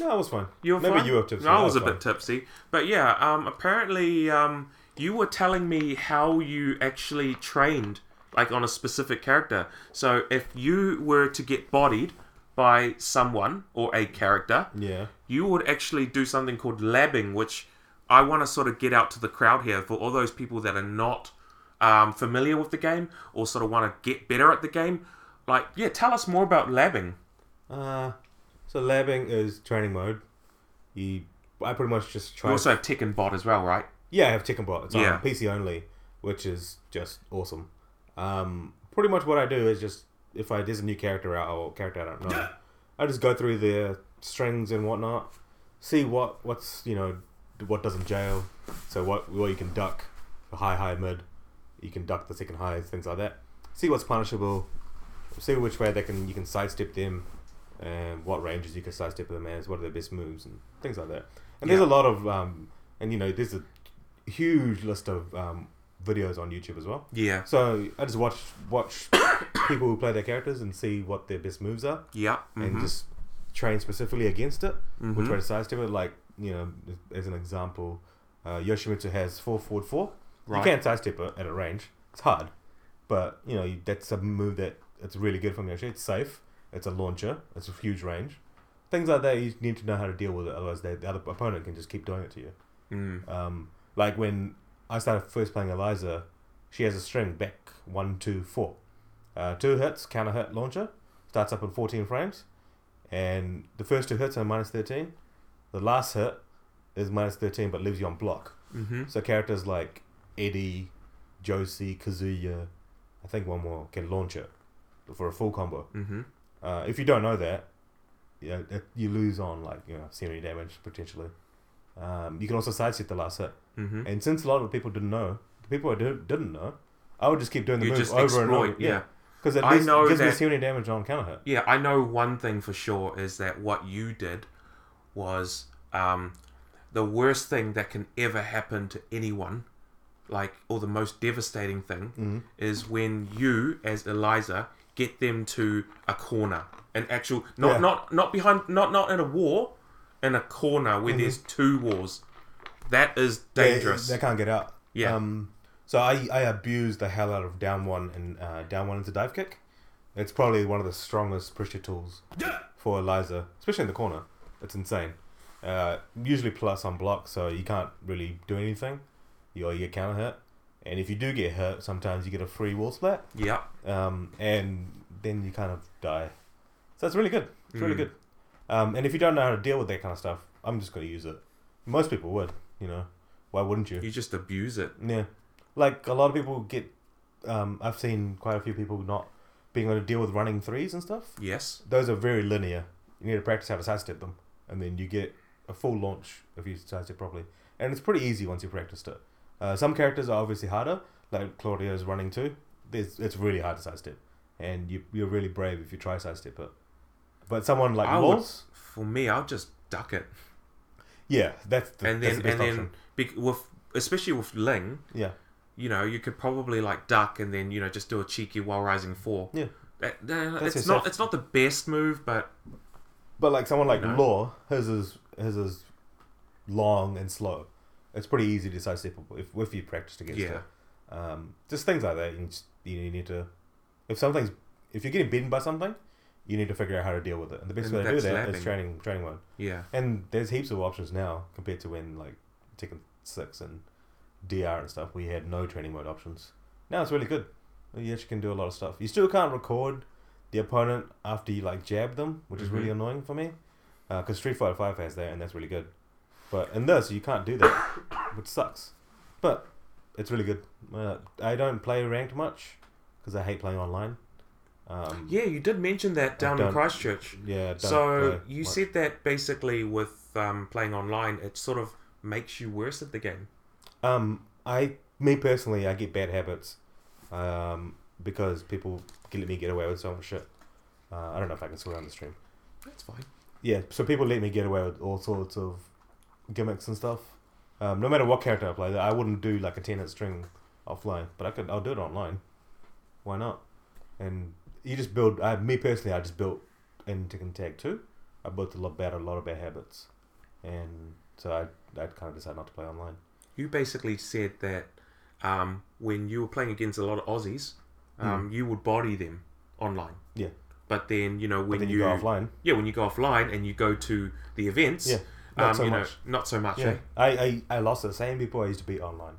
Speaker 2: No, it was fine.
Speaker 1: You were
Speaker 2: Maybe
Speaker 1: fine?
Speaker 2: you were tipsy.
Speaker 1: No, I
Speaker 2: That
Speaker 1: was, a
Speaker 2: fine.
Speaker 1: bit tipsy, but yeah. Um, apparently, um, you were telling me how you actually trained, like on a specific character. So if you were to get bodied by someone or a character,
Speaker 2: Yeah.
Speaker 1: you would actually do something called labbing, which I want to sort of get out to the crowd here for all those people that are not um, familiar with the game or sort of want to get better at the game. Like, yeah, tell us more about labbing.
Speaker 2: Uh, so labbing is training mode. You, I pretty much just
Speaker 1: We
Speaker 2: try.
Speaker 1: also have tech and bot as well, right?
Speaker 2: yeah, I have Tekken bot. It's
Speaker 1: Yeah.
Speaker 2: on PC only, which is just awesome. Um, pretty much what I do is just if I there's a new character out or character I don't know, I just go through their strings and whatnot, see what what's you know what doesn't jail, so what what you can duck, the high high mid, you can duck the second highs things like that. See what's punishable, see which way they can you can sidestep them, and what ranges you can sidestep them as, what are their best moves and things like that. And there's a lot of um, and you know there's a huge list of um, videos on YouTube as well.
Speaker 1: Yeah.
Speaker 2: So I just watch watch people who play their characters and see what their best moves are,
Speaker 1: Yeah.
Speaker 2: and
Speaker 1: mhm.
Speaker 2: just train specifically against it, which
Speaker 1: Mhm.
Speaker 2: way to sidestep it. Like you know, as an example, uh, Yoshimitsu has four forward four.
Speaker 1: Right.
Speaker 2: You can sidestep it at a range. It's hard, but you know you- that's a move that it's really good from Yoshi. It's safe. It's a launcher. It's a huge range. Things like that you need to know how to deal with it, otherwise they, the other opponent can just keep doing it to you.
Speaker 1: Mm.
Speaker 2: Um, like when I started first playing Eliza, she has a string back one, two, four. Uh, two hits, counter hit launcher, starts up in 14 frames, and the first two hits are minus 13. The last hit is minus 13 but leaves you on block.
Speaker 1: Mm-hmm.
Speaker 2: So characters like Eddie, Josie, Kazuya, I think one more, can launch it for a full combo.
Speaker 1: Mm-hmm.
Speaker 2: Uh, if you don't know that, you, know, that- you lose on like you know scenery damage potentially. Um, you can also sidestep the last hit,
Speaker 1: Mm-hmm.
Speaker 2: and since a lot of people didn't know, the people I did, didn't know, I would just keep doing the
Speaker 1: You
Speaker 2: move
Speaker 1: just
Speaker 2: over and
Speaker 1: exploit.
Speaker 2: over.
Speaker 1: yeah.
Speaker 2: because at
Speaker 1: I
Speaker 2: least
Speaker 1: know
Speaker 2: it gives me
Speaker 1: that-
Speaker 2: scenery damage on counter hit.
Speaker 1: Yeah, I know one thing for sure is that what you did was um, the worst thing that can ever happen to anyone, like, or the most devastating thing, is when you, as Eliza, get them to a corner, an actual, not
Speaker 2: Yeah.
Speaker 1: not not behind, not not in a war, in a corner where there's two wars. Mm-hmm. That is
Speaker 2: They-
Speaker 1: dangerous.
Speaker 2: They, can't get out.
Speaker 1: Yeah.
Speaker 2: Um, so I, I abused the hell out of down one and uh, down one into dive kick. It's probably one of the strongest pressure tools for Eliza, especially in the corner. It's insane. Uh, usually plus on block, so you can't really do anything. You or you get counter hit, and if you do get hurt, sometimes you get a free wall splat,
Speaker 1: yeah,
Speaker 2: um, and then you kind of die. So it's really good. It's really good. Um, and if you don't know how to deal with that kind of stuff, I'm just gonna use it. Most people would, you know. Why wouldn't you?
Speaker 1: you just abuse it.
Speaker 2: Yeah, like a lot of people get. Um, I've seen quite a few people not being able to deal with running threes and stuff.
Speaker 1: Yes.
Speaker 2: Those are very linear. You need to practice how to sidestep them, and then you get a full launch if you sidestep properly. And it's pretty easy once you practiced it. Uh, some characters are obviously harder, like Claudio's running too. There's, it's really hard to sidestep, and you, you're really brave if you try sidestep it. But someone like
Speaker 1: I would,
Speaker 2: Waltz,
Speaker 1: for me, I'll just duck it.
Speaker 2: yeah, that's the,
Speaker 1: and
Speaker 2: that's
Speaker 1: then
Speaker 2: the best
Speaker 1: and then
Speaker 2: option.
Speaker 1: bec- with especially with Ling,
Speaker 2: Yeah,
Speaker 1: you know, you could probably like duck and then you know just do a cheeky while rising four.
Speaker 2: yeah.
Speaker 1: Uh, uh,
Speaker 2: That's
Speaker 1: it's
Speaker 2: yourself.
Speaker 1: not it's not the best move, but
Speaker 2: But like someone like
Speaker 1: No.
Speaker 2: Law, his is his is long and slow. It's pretty easy to sidestep if if you practiced against
Speaker 1: Yeah.
Speaker 2: it. Um, just things like that. You, can just, you need to if something's if you're getting bitten by something, you need to figure out how to deal with it. And the best
Speaker 1: And
Speaker 2: way to do
Speaker 1: that's
Speaker 2: that is
Speaker 1: lapping.
Speaker 2: training training one.
Speaker 1: yeah,
Speaker 2: And there's heaps of options now compared to when like Tekken Six and DR and stuff. We had no training mode options. Now it's really good. You actually can do a lot of stuff. You still can't record the opponent after you like jab them, which is really
Speaker 1: Mhm.
Speaker 2: annoying for me. Because Street Fighter Five has that, and that's really good. But in this, you can't do that, which sucks. But it's really good. Uh, I don't play ranked much because I hate playing online. Um,
Speaker 1: yeah. You did mention that
Speaker 2: I
Speaker 1: down in
Speaker 2: don't-
Speaker 1: Christchurch.
Speaker 2: yeah. don't
Speaker 1: So
Speaker 2: play
Speaker 1: you
Speaker 2: much.
Speaker 1: said that basically with um, playing online, it sort of makes you worse at the game.
Speaker 2: Um, I, me personally, I get bad habits, um, because people can let me get away with so much shit. Uh, I don't know if I can swear on the stream.
Speaker 1: That's fine.
Speaker 2: Yeah, so people let me get away with all sorts of gimmicks and stuff. Um, no matter what character I play, I wouldn't do like a ten hit string offline, but I could. I'll do it online. Why not? And you just build. I, me personally, I just built in Tekken Tag Two. I built a lot bad, a lot of bad habits, and so I, I kind of decided not to play online.
Speaker 1: You basically said that um, when you were playing against a lot of Aussies, um, you would body them online.
Speaker 2: Hmm. Yeah.
Speaker 1: But then you know when
Speaker 2: Then
Speaker 1: you,
Speaker 2: you go offline.
Speaker 1: yeah when you go offline and you go to the events, um,
Speaker 2: Yeah, not so
Speaker 1: you know,
Speaker 2: much.
Speaker 1: not so much.
Speaker 2: Yeah,
Speaker 1: eh?
Speaker 2: I, I, I lost the same people I used to beat online.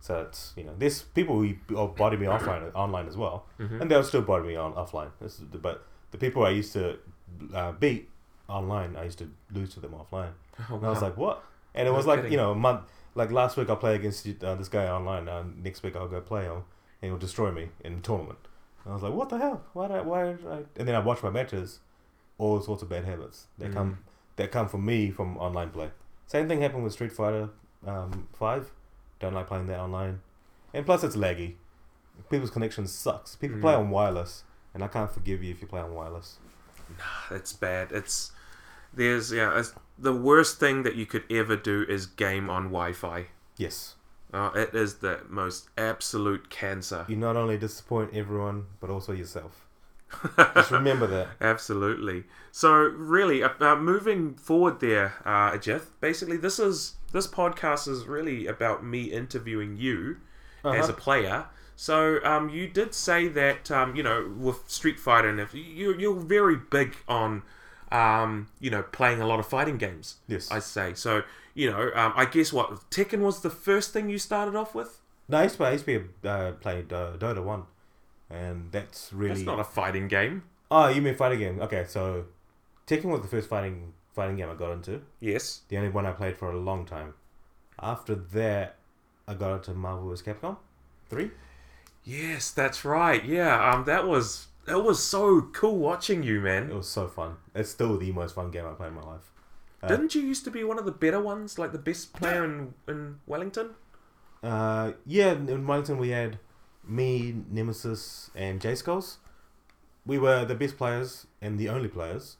Speaker 2: So it's you know there's people who oh, body me offline online as well, and they'll still body me on offline. This is the, but the people I used to uh, beat online, I used to lose to them offline.
Speaker 1: Oh,
Speaker 2: And I was
Speaker 1: wow.
Speaker 2: like, what? And it
Speaker 1: No
Speaker 2: was like
Speaker 1: kidding.
Speaker 2: you know a month. Like last week I play against uh, this guy online. Uh, next week I'll go play him, and he'll destroy me in tournament. And I was like, what the hell? Why? Did I, why? Did I? And then I watch my matches. All sorts of bad habits that
Speaker 1: Mm.
Speaker 2: come that come from me from online play. Same thing happened with Street Fighter um, Five. Don't like playing that online, and plus it's laggy. People's connection sucks. People play
Speaker 1: Mm.
Speaker 2: on wireless, and I can't forgive you if you play on wireless.
Speaker 1: it's bad. It's there's yeah. It's, the worst thing that you could ever do is game on Wi-Fi.
Speaker 2: Yes,
Speaker 1: Uh, it is the most absolute cancer.
Speaker 2: you not only disappoint everyone but also yourself. Just remember that.
Speaker 1: Absolutely. So, really, uh, uh, moving forward there, uh, Jeff. Basically, this is this podcast is really about me interviewing you as a
Speaker 2: Uh-huh.
Speaker 1: player. So, um, you did say that um, you know with Street Fighter, and if you you're very big on, um, you know, playing a lot of fighting games.
Speaker 2: Yes.
Speaker 1: I say. So, you know, um, I guess what Tekken was the first thing you started off with.
Speaker 2: No, I used to play, I used to be a, uh, play uh, Dota 1, and that's really.
Speaker 1: That's not a fighting game.
Speaker 2: Oh, you mean fighting game? Okay, so Tekken was the first fighting fighting game I got into.
Speaker 1: Yes.
Speaker 2: The only one I played for a long time. After that, I got into Marvel vs. Capcom 3.
Speaker 1: Yes, that's right. Yeah, um, that was it was so cool watching you,
Speaker 2: It
Speaker 1: man.
Speaker 2: was so fun. It's still the most fun game I played in my life.
Speaker 1: Didn't you used to be one of the better ones, like the best player in in Wellington?
Speaker 2: Uh, yeah, in Wellington we had me, Nemesis, and J Skulls. We were the best players and the only players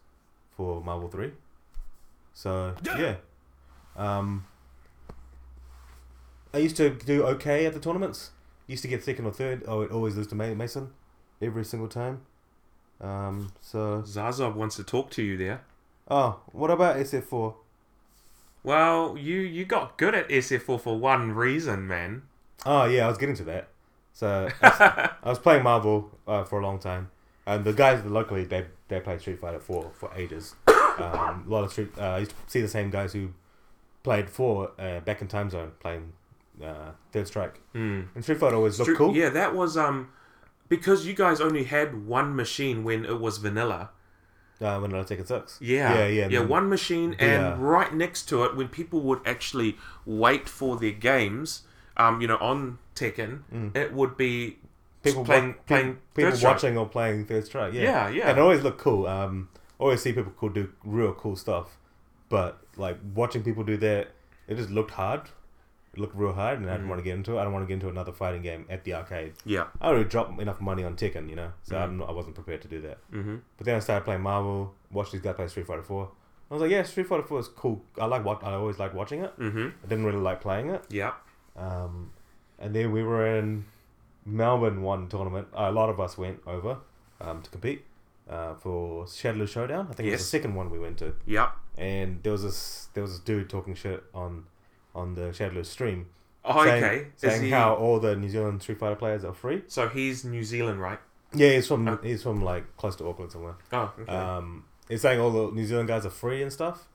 Speaker 2: for Marvel Three. So yeah, um, I used to do okay at the tournaments. Used to get second or third. I would always lose to Ma- Mason every single time. Um, so
Speaker 1: Zazob wants to talk to you there.
Speaker 2: oh, what about SF Four?
Speaker 1: Well, you you got good at SF4 for one reason, man.
Speaker 2: Oh yeah, I was getting to that. So I was, I was playing Marvel uh, for a long time, and the guys locally they they played Street Fighter Four for ages. Um, a lot of street. Uh, I used to see the same guys who played four uh, back in Time Zone playing uh, Third Strike.
Speaker 1: Hmm.
Speaker 2: And Street Fighter always looked
Speaker 1: Stru-
Speaker 2: cool.
Speaker 1: Yeah, that was um because you guys only had one machine when it was vanilla.
Speaker 2: Uh, when I take it six.
Speaker 1: Yeah,
Speaker 2: yeah, yeah. and
Speaker 1: yeah.
Speaker 2: then-
Speaker 1: One machine,
Speaker 2: uh,
Speaker 1: and right next to it, when people would actually wait for their games, um, you know, on Tekken, it would be
Speaker 2: Mm. people
Speaker 1: playing
Speaker 2: wa- pe-
Speaker 1: playing
Speaker 2: people
Speaker 1: Third Strike.
Speaker 2: watching or playing Third Strike. Yeah,
Speaker 1: Yeah, yeah.
Speaker 2: And it always look cool. Um, always see people cool do real cool stuff, but like watching people do that, it just looked hard. It looked real hard, and I
Speaker 1: Mm-hmm.
Speaker 2: didn't want to get into it. I don't want to get into another fighting game at the arcade.
Speaker 1: Yeah,
Speaker 2: I already dropped enough money on Tekken, you know, so
Speaker 1: Mm.
Speaker 2: I'm not, I wasn't prepared to do that. Mm-hmm. But then I started playing Marvel, watched these guys play Street Fighter Four. I was like, yeah, Street Fighter Four is cool. I like what I always like watching it.
Speaker 1: Mhm.
Speaker 2: I didn't really like playing it.
Speaker 1: yeah.
Speaker 2: Um, and then we were in Melbourne one tournament. A lot of us went over. um, to compete uh, for Shadaloo Showdown. I think it
Speaker 1: Yes.
Speaker 2: was the second one we went to,
Speaker 1: Yep.
Speaker 2: and there was this there was this dude talking shit on on the Shadaloo stream,
Speaker 1: Oh,
Speaker 2: saying,
Speaker 1: okay. Is
Speaker 2: saying
Speaker 1: he-
Speaker 2: how all the New Zealand Street Fighter players are free.
Speaker 1: So he's New Zealand, right?
Speaker 2: Yeah, he's from
Speaker 1: Oh.
Speaker 2: he's from like close to Auckland somewhere.
Speaker 1: Oh, okay.
Speaker 2: Um, it's saying all the New Zealand guys are free and stuff,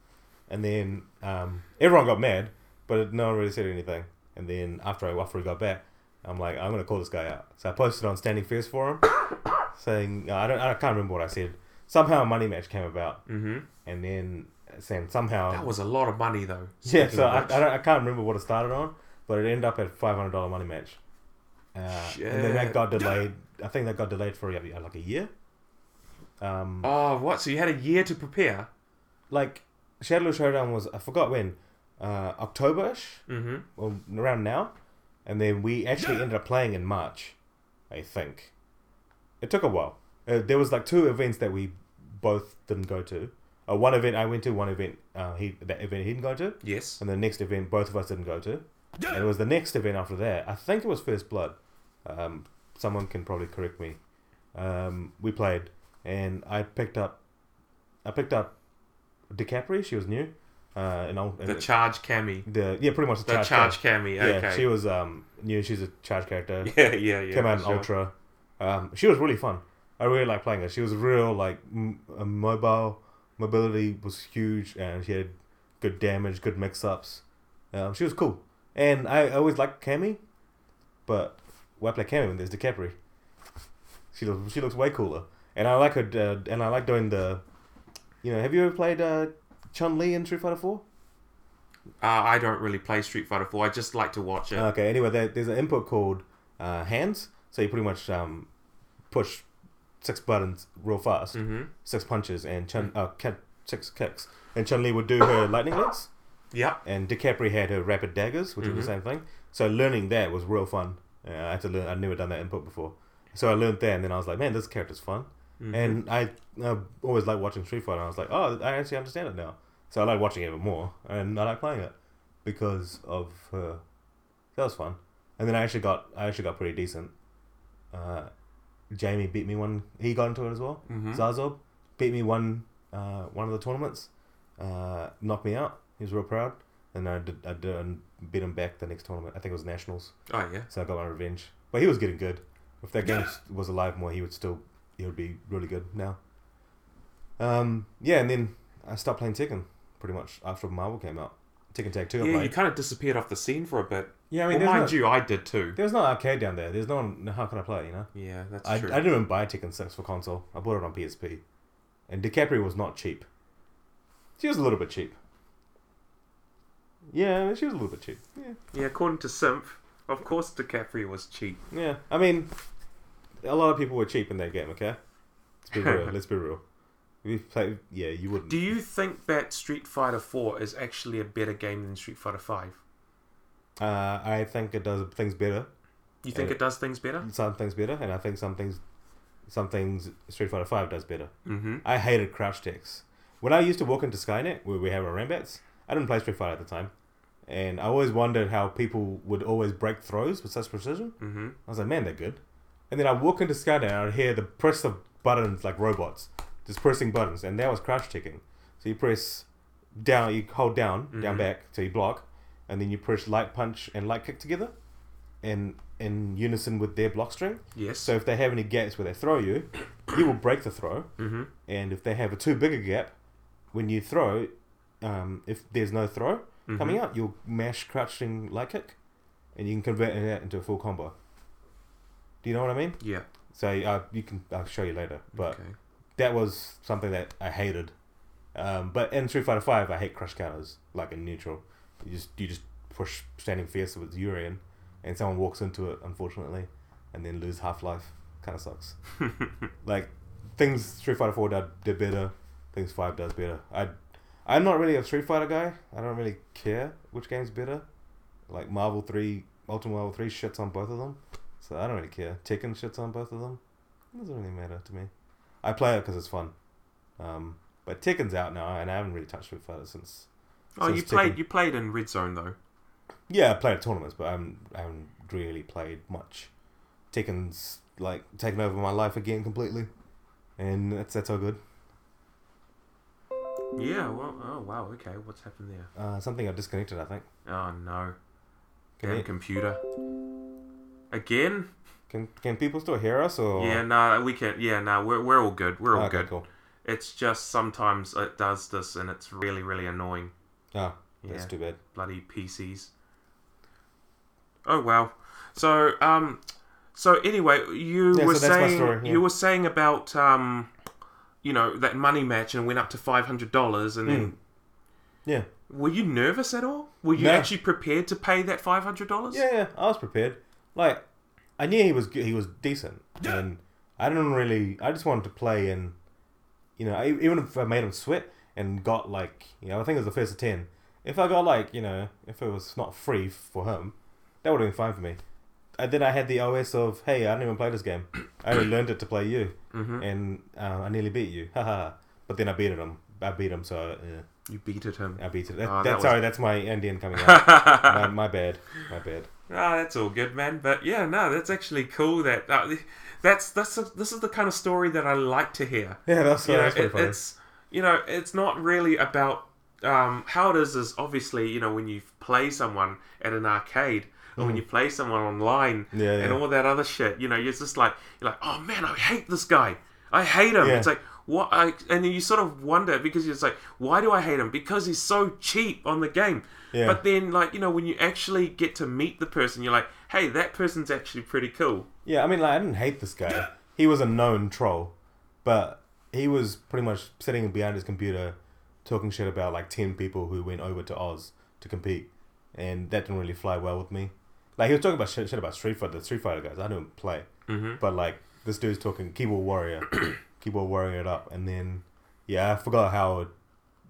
Speaker 2: and then um, everyone got mad, but no one really said anything. And then after I Wafri got back, I'm like, I'm gonna call this guy out. So I posted on Standing Fierce forum, saying I don't, I can't remember what I said. Somehow a money match came about,
Speaker 1: hmm
Speaker 2: and then saying somehow
Speaker 1: That was a lot of money, though.
Speaker 2: yeah.
Speaker 1: Speaking
Speaker 2: So
Speaker 1: of
Speaker 2: I, I,
Speaker 1: which.
Speaker 2: don't, I can't remember what it started on, but it ended up at five hundred dollar money match. Uh, and then
Speaker 1: Shit.
Speaker 2: that got delayed. I think that got delayed for yeah, like a year. Um,
Speaker 1: Oh, what? So you had a year to prepare?
Speaker 2: like Shadow Showdown was I forgot when uh, Octoberish
Speaker 1: Mm-hmm.
Speaker 2: well around now, and then we actually ended up playing in March, I think. It took a while. Uh, there was like two events that we both didn't go to. Uh, one event I went to, one event uh, he that event he didn't go to,
Speaker 1: Yes.
Speaker 2: and the next event both of us didn't go to. And it was the next event after that. I think it was First Blood. Um, someone can probably correct me. Um, we played, and I picked up, I picked up DiCaprio. She was new, uh, and I'll,
Speaker 1: The charge cami.
Speaker 2: the yeah, pretty much the
Speaker 1: The
Speaker 2: charge.
Speaker 1: charge cami.
Speaker 2: character.
Speaker 1: Okay.
Speaker 2: Yeah, she was um new. She's a charge character.
Speaker 1: yeah, yeah, yeah.
Speaker 2: Came out in
Speaker 1: sure.
Speaker 2: Ultra. Um, she was really fun. I really like playing her. She was real like m- uh, mobile. Mobility was huge, and she had good damage, good mix ups. Um, she was cool, and I always liked Cammy, but why play Cammy when there's DiCaprio? She looks she looks way cooler, and I like her. Uh, and I like doing the, you know, have you ever played uh, Chun Li in Street Fighter Four?
Speaker 1: Uh, I don't really play Street Fighter 4. I just like to watch it.
Speaker 2: Okay. Anyway, there, there's an input called uh, hands, so you pretty much um, push six buttons real fast,
Speaker 1: mm-hmm.
Speaker 2: six punches, and Chun uh, ki- six kicks. And Chun Li would do her lightning legs,
Speaker 1: Yeah.
Speaker 2: and DiCaprio had her rapid daggers, which was the same thing. So learning that was real fun. Uh, I had to learn. I'd never done that input before, so I learned that, and then I was like, man, this character's fun.
Speaker 1: Mm-hmm.
Speaker 2: And I uh, always like watching Street Fighter. And I was like, oh, I actually understand it now. So I like watching it even more, and I like playing it because of her. That was fun. And then I actually got I actually got pretty decent. Uh, Jamie beat me one. He got into it as well.
Speaker 1: Mhm.
Speaker 2: Zazob beat me one uh, one of the tournaments. Uh, knocked me out. He was real proud. And I did, I did and beat him back the next tournament. I think it was nationals.
Speaker 1: Oh, yeah.
Speaker 2: So I got my revenge. But he was getting good. If that game s- was alive more, he would still he would be really good now. Um, yeah, and then I stopped playing Tekken pretty much after Marvel came out. Tekken Tag Two. I
Speaker 1: Yeah,
Speaker 2: played.
Speaker 1: you kind of disappeared off the scene for a bit.
Speaker 2: yeah, I mean,
Speaker 1: well,
Speaker 2: there's,
Speaker 1: mind
Speaker 2: no,
Speaker 1: you, I did too.
Speaker 2: there's no arcade down there. There's no one. How can I play? You know.
Speaker 1: Yeah, that's
Speaker 2: I, I
Speaker 1: true.
Speaker 2: didn't even buy Tekken 6 for console. I bought it on PSP. And DiCaprio was not cheap. She was a little bit cheap. Yeah, she was a little bit cheap. Yeah.
Speaker 1: Yeah, according to Simp, of course DiCaprio was cheap.
Speaker 2: Yeah. I mean, a lot of people were cheap in that game, okay? Let's be real. Let's be real. If you play, yeah, you wouldn't.
Speaker 1: Do you think that Street Fighter 4 is actually a better game than Street Fighter 5?
Speaker 2: uh, I think it does things better.
Speaker 1: You think
Speaker 2: Uh,
Speaker 1: it does things better?
Speaker 2: Some things better, and I think some things, some things Street Fighter 5 does better.
Speaker 1: Mm-hmm.
Speaker 2: I hated crouch techs. When I used to walk into Skynet, where we have our rambats, I didn't play Street Fighter at the time. And I always wondered how people would always break throws with such precision.
Speaker 1: Mm-hmm.
Speaker 2: I was like, man, they're good. And then I walk into Skynet and I'd hear the press of buttons like robots, just pressing buttons. And that was crouch ticking. So you press down, you hold down, down back, so you block. And then you press light punch and light kick together and in unison with their block string.
Speaker 1: Yes.
Speaker 2: So if they have any gaps where they throw you, you will break the throw.
Speaker 1: mm-hmm.
Speaker 2: And if they have a too big a gap, when you throw, um, if there's no throw
Speaker 1: Mm-hmm.
Speaker 2: coming out, you'll mash crouching light kick, and you can convert that into a full combo. Do you know what I mean?
Speaker 1: Yeah.
Speaker 2: So uh, you can I'll show you later, but
Speaker 1: okay.
Speaker 2: that was something that I hated. Um, but in Street Fighter Five, I hate crush counters, like in neutral. You just you just push standing fierce with Urian, and someone walks into it, unfortunately, and then lose half life. Kind of sucks. like things Street Fighter Four did, did better. Things Five does better. I I'm not really a Street Fighter guy. I don't really care which game's better. Like Marvel Three, Ultimate Marvel Three shits on both of them, so I don't really care. Tekken shits on both of them. It doesn't really matter to me. I play it because it's fun. Um, but Tekken's out now, and I haven't really touched Street Fighter since.
Speaker 1: Oh,
Speaker 2: since
Speaker 1: you played.
Speaker 2: Tekken.
Speaker 1: You played in Red Zone though.
Speaker 2: Yeah, I played at tournaments, but I haven't, I haven't really played much. Tekken's like taken over my life again completely. and that's that's all good.
Speaker 1: Yeah. Well, oh wow. Okay. What's happened there?
Speaker 2: Uh, something I disconnected, I think.
Speaker 1: Oh no.
Speaker 2: Can
Speaker 1: Damn
Speaker 2: it-
Speaker 1: computer. Again?
Speaker 2: Can can people still hear us or?
Speaker 1: Yeah. Nah. We can. Yeah. Nah. We're we're all good. We're all
Speaker 2: Oh. Okay,
Speaker 1: good.
Speaker 2: cool.
Speaker 1: It's just sometimes it does this, and it's really really annoying.
Speaker 2: Oh, that's
Speaker 1: Yeah.
Speaker 2: too bad.
Speaker 1: bloody PCs. Oh wow. So um, so anyway, you
Speaker 2: Yeah,
Speaker 1: were
Speaker 2: so that's my
Speaker 1: saying
Speaker 2: story, yeah.
Speaker 1: you were saying about um, you know that money match and went up to five hundred dollars, and then
Speaker 2: Yeah.
Speaker 1: were you nervous at all? Were you
Speaker 2: Hmm. No.
Speaker 1: actually prepared to pay that five hundred dollars?
Speaker 2: Yeah, yeah, I was prepared. Like, I knew he was good, he was decent, and I didn't really. I just wanted to play, and you know, I, even if I made him sweat and got like, you know, I think it was the first ten. If I got like, you know, if it was not free for him, that would have been fine for me. And then I had the OS of, hey, I didn't even play this game. I only learned it to play you,
Speaker 1: Mm-hmm.
Speaker 2: and uh, I nearly beat you, haha. But then I beat him. I beat him, so yeah,
Speaker 1: You beated him.
Speaker 2: I beat it. That,
Speaker 1: Oh, that
Speaker 2: that's
Speaker 1: was-
Speaker 2: sorry, that's my Indian coming out. my, my bad, my bad.
Speaker 1: Ah, that's all good, man. But yeah, no, that's actually cool. That uh, that's that's this is the kind of story that I like to hear.
Speaker 2: Yeah, that's,
Speaker 1: you know,
Speaker 2: that's pretty
Speaker 1: it-
Speaker 2: funny.
Speaker 1: it's you know, it's not really about um, how it is. Is obviously you know when you play someone at an arcade or when you play someone online
Speaker 2: Mm. Yeah,
Speaker 1: and
Speaker 2: yeah.
Speaker 1: all that other shit. You know, you're just like you're like, oh man, I hate this guy. I hate him.
Speaker 2: Yeah.
Speaker 1: It's like what I and then you sort of wonder because you're just like, why do I hate him? Because he's so cheap on the game.
Speaker 2: Yeah.
Speaker 1: But then, like you know, when you actually get to meet the person, you're like, hey, that person's actually pretty cool.
Speaker 2: Yeah, I mean, like, I didn't hate this guy. He was a known troll, but he was pretty much sitting behind his computer, talking shit about like ten people who went over to Oz to compete, and that didn't really fly well with me. Like he was talking about shit, shit about Street Fighter, the Street Fighter guys. I don't play, mm-hmm. but like this dude's talking keyboard warrior, keyboard warrior it up, and then yeah, I forgot how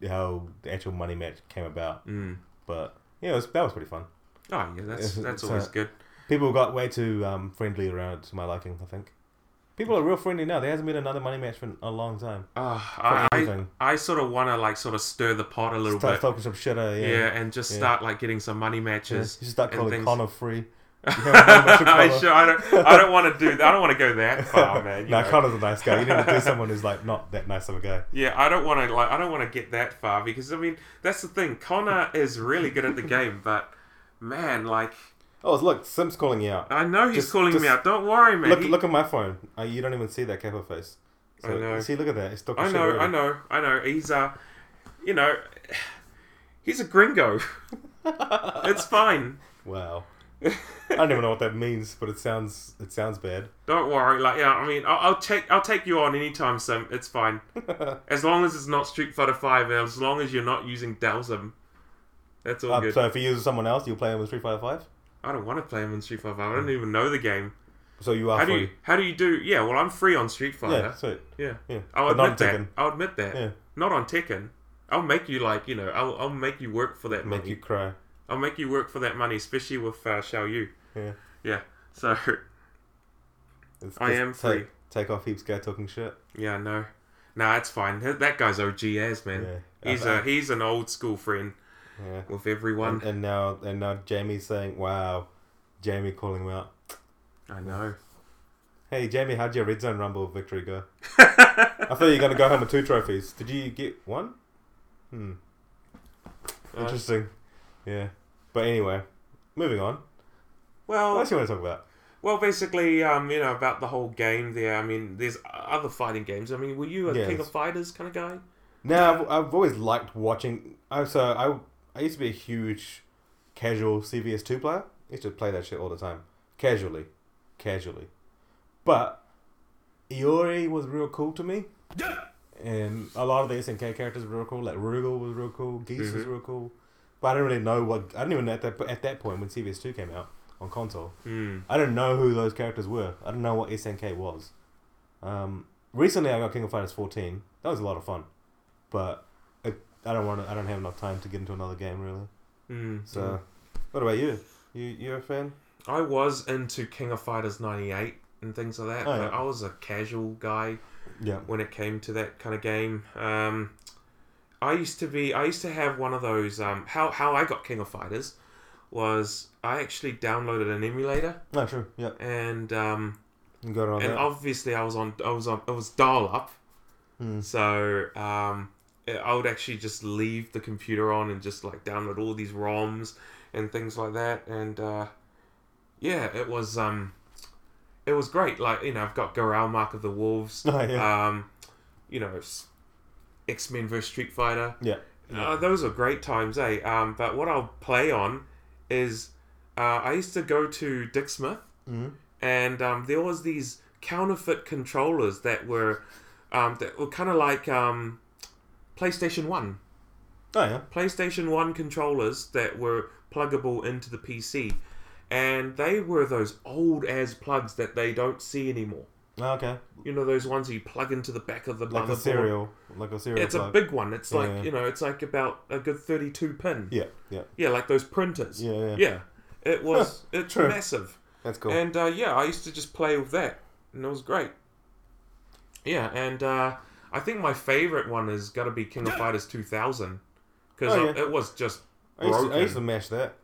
Speaker 2: how the actual money match came about, mm. but yeah, it was, that was pretty fun.
Speaker 1: Oh yeah, that's
Speaker 2: Yeah,
Speaker 1: that's
Speaker 2: so-
Speaker 1: always good.
Speaker 2: People got way too um, friendly around to my liking, I think. People are real friendly now. There hasn't been another money match for a long time.
Speaker 1: Uh, I, I,
Speaker 2: anything.
Speaker 1: I sort of want to like sort of stir the pot a little
Speaker 2: Start
Speaker 1: bit,
Speaker 2: talking some shit out, yeah.
Speaker 1: yeah, and just
Speaker 2: Yeah.
Speaker 1: start like getting some money
Speaker 2: Yeah, You
Speaker 1: matches.
Speaker 2: should start
Speaker 1: and
Speaker 2: calling
Speaker 1: things.
Speaker 2: Connor free.
Speaker 1: I, sure, I don't, I don't want to do that. I don't want to go that far, Oh, man. you
Speaker 2: no,
Speaker 1: know.
Speaker 2: Connor's a nice guy. You need to do someone who's like not that nice of a guy.
Speaker 1: Yeah, I don't want to like I don't want to get that far because I mean that's the thing. Connor is really good at the game, but man, like
Speaker 2: Oh, look, Sim's calling you out.
Speaker 1: I know he's
Speaker 2: Just-
Speaker 1: calling
Speaker 2: just
Speaker 1: me out. Don't worry, Oh, man.
Speaker 2: Look,
Speaker 1: He-
Speaker 2: look at my phone. Uh, you don't even see that capo face. So,
Speaker 1: I know.
Speaker 2: See, look at that. It's talking
Speaker 1: I
Speaker 2: shit
Speaker 1: know,
Speaker 2: already.
Speaker 1: I know, I know. He's uh, you know, he's a gringo. it's fine.
Speaker 2: Wow. I don't even know what that means, but it sounds it sounds bad.
Speaker 1: Don't worry, like yeah, I mean, I'll, I'll take I'll take you on anytime, Sim. It's fine,
Speaker 2: Uh,
Speaker 1: as long as it's not Street Fighter Five, and as long as you're not using Dalsim, that's all
Speaker 2: Uh,
Speaker 1: good.
Speaker 2: so if you use someone else, you'll play him with Street Fighter Five.
Speaker 1: I don't want to play him on Street Fighter Five. I don't even know the game.
Speaker 2: So you are
Speaker 1: How do
Speaker 2: free.
Speaker 1: you How do you do? Yeah, well, I'm free on Street
Speaker 2: Yeah,
Speaker 1: Fighter.
Speaker 2: sweet.
Speaker 1: Yeah,
Speaker 2: Yeah,
Speaker 1: I'll
Speaker 2: but not
Speaker 1: admit that.
Speaker 2: Tekken.
Speaker 1: I'll admit that.
Speaker 2: Yeah.
Speaker 1: Not on Tekken. I'll make you like you know. I'll I'll make you work for that
Speaker 2: Make
Speaker 1: money.
Speaker 2: you cry.
Speaker 1: I'll make you work for that money, especially with uh, Xiao Yu.
Speaker 2: Yeah.
Speaker 1: Yeah. So
Speaker 2: It's
Speaker 1: I
Speaker 2: just
Speaker 1: am
Speaker 2: take,
Speaker 1: free.
Speaker 2: Take off heaps guy talking shit.
Speaker 1: Yeah, no. Nah, it's fine. That that guy's OG as man.
Speaker 2: Yeah.
Speaker 1: He's a he's an old school friend
Speaker 2: Yeah.
Speaker 1: with everyone.
Speaker 2: And, and now and now Jamie's saying, Wow, Jamie calling him out. uh,
Speaker 1: I know.
Speaker 2: Hey Jamie, how'd your red zone rumble victory go? I thought you were gonna go home with two trophies. Did you get one? Hmm. Interesting. Yeah. But anyway, moving on. What
Speaker 1: Well,
Speaker 2: else you want to talk about?
Speaker 1: well, basically, um, you know about the whole game there. I mean, there's other fighting games. I mean, were you a
Speaker 2: Yes.
Speaker 1: King of Fighters kind of guy?
Speaker 2: No, I've, I've always liked watching. I so I I used to be a huge casual CVS two player. I used to play that shit all the time, casually, casually. But Iori was real cool to me, and a lot of the SNK characters were real cool. Like Rugal was real cool, Geese was real cool. But I didn't really know what I didn't even know at that at that point when CVS two came out on console.
Speaker 1: Hmm.
Speaker 2: I didn't know who those characters were. I didn't know what SNK was. Um, recently, I got King of Fighters 14. That was a lot of fun, but it, I don't want. to. I don't have enough time to get into another game really.
Speaker 1: Hmm.
Speaker 2: So, what about you? Mm. You you a fan?
Speaker 1: I was into King of Fighters '98 and things like that.
Speaker 2: Oh,
Speaker 1: but
Speaker 2: yeah.
Speaker 1: I was a casual guy.
Speaker 2: Yeah.
Speaker 1: when it came to that kind of game. Um, I used to be, I used to have one of those. Um, how how I got King of Fighters was I actually downloaded an emulator
Speaker 2: No, true. Yeah.
Speaker 1: and um,
Speaker 2: You got it on
Speaker 1: and
Speaker 2: that.
Speaker 1: obviously I was on I was on I was dial up,
Speaker 2: Hmm.
Speaker 1: so um, I- I would actually just leave the computer on and just like download all these ROMs and things like that, and uh, yeah, it was um, it was great. Like you know, I've got Goral Mark of the Wolves,
Speaker 2: Oh, yeah.
Speaker 1: um, you know, X Men vs Street Fighter.
Speaker 2: yeah.
Speaker 1: Uh, those are great times, eh? Um, but what I'll play on is uh, I used to go to Dick Smith,
Speaker 2: Mm-hmm.
Speaker 1: and um, there was these counterfeit controllers that were um, that were kind of like um, PlayStation One,
Speaker 2: Oh yeah.
Speaker 1: PlayStation One controllers that were pluggable into the PC, and they were those old as plugs that they don't see anymore.
Speaker 2: Oh, okay.
Speaker 1: You know those ones you plug into the back of the
Speaker 2: Like a
Speaker 1: motherboard?
Speaker 2: cereal. Like a cereal.
Speaker 1: It's a
Speaker 2: plug.
Speaker 1: big one. It's like
Speaker 2: Yeah.
Speaker 1: you know, it's like about a good thirty-two pin.
Speaker 2: Yeah. Yeah.
Speaker 1: Yeah, like those printers.
Speaker 2: Yeah, yeah.
Speaker 1: It was it's
Speaker 2: True.
Speaker 1: massive.
Speaker 2: That's cool.
Speaker 1: And uh, yeah, I used to just play with that, and it was great. Yeah, and uh, I think my favorite one is got to be King of Fighters 2000 because
Speaker 2: Oh, yeah.
Speaker 1: it was just
Speaker 2: I, used
Speaker 1: broken.
Speaker 2: to, I used to mash that.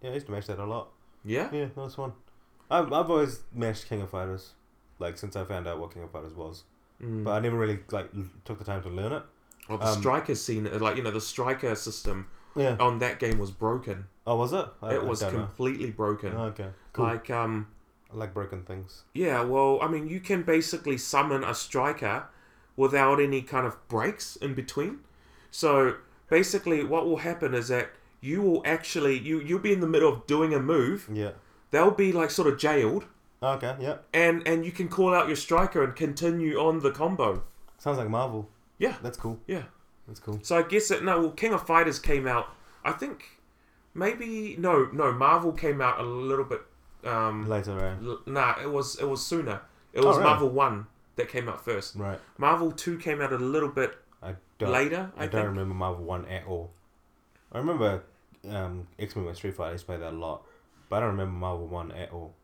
Speaker 2: Yeah, I used to mash that a lot.
Speaker 1: yeah?
Speaker 2: Yeah, nice one. I've, I've always mashed King of Fighters, like since I found out what King of Fighters was,
Speaker 1: Mm.
Speaker 2: but I never really like l- took the time to learn it.
Speaker 1: Or
Speaker 2: Um,
Speaker 1: the striker scene, uh, like you know, the striker system
Speaker 2: Yeah. Oh,
Speaker 1: on that game was broken.
Speaker 2: was it? I,
Speaker 1: It
Speaker 2: I
Speaker 1: was
Speaker 2: don't know.
Speaker 1: completely broken.
Speaker 2: Oh, okay. Cool.
Speaker 1: Like um,
Speaker 2: I like broken things.
Speaker 1: Yeah, well, I mean, you can basically summon a striker without any kind of breaks in between. So basically, what will happen is that you will actually you you'll be in the middle of doing a move.
Speaker 2: Yeah.
Speaker 1: They'll be like sort of jailed,
Speaker 2: Okay. Yeah.
Speaker 1: and and you can call out your striker and continue on the combo.
Speaker 2: Sounds like Marvel.
Speaker 1: Yeah,
Speaker 2: That's cool.
Speaker 1: yeah.
Speaker 2: That's cool.
Speaker 1: So I guess it. No, well, King of Fighters came out. I think maybe no, no. Marvel came out a little bit. Um,
Speaker 2: Later, right?
Speaker 1: l- nah, it was it was sooner. It was
Speaker 2: really?
Speaker 1: Marvel One that came out first.
Speaker 2: Right.
Speaker 1: Marvel 2 came out a little bit.
Speaker 2: I don't,
Speaker 1: Later, I
Speaker 2: I, don't
Speaker 1: think.
Speaker 2: remember Marvel One at all. I remember um, X Men with Street Fighter. I used to play that a lot, but I don't remember Marvel One at all,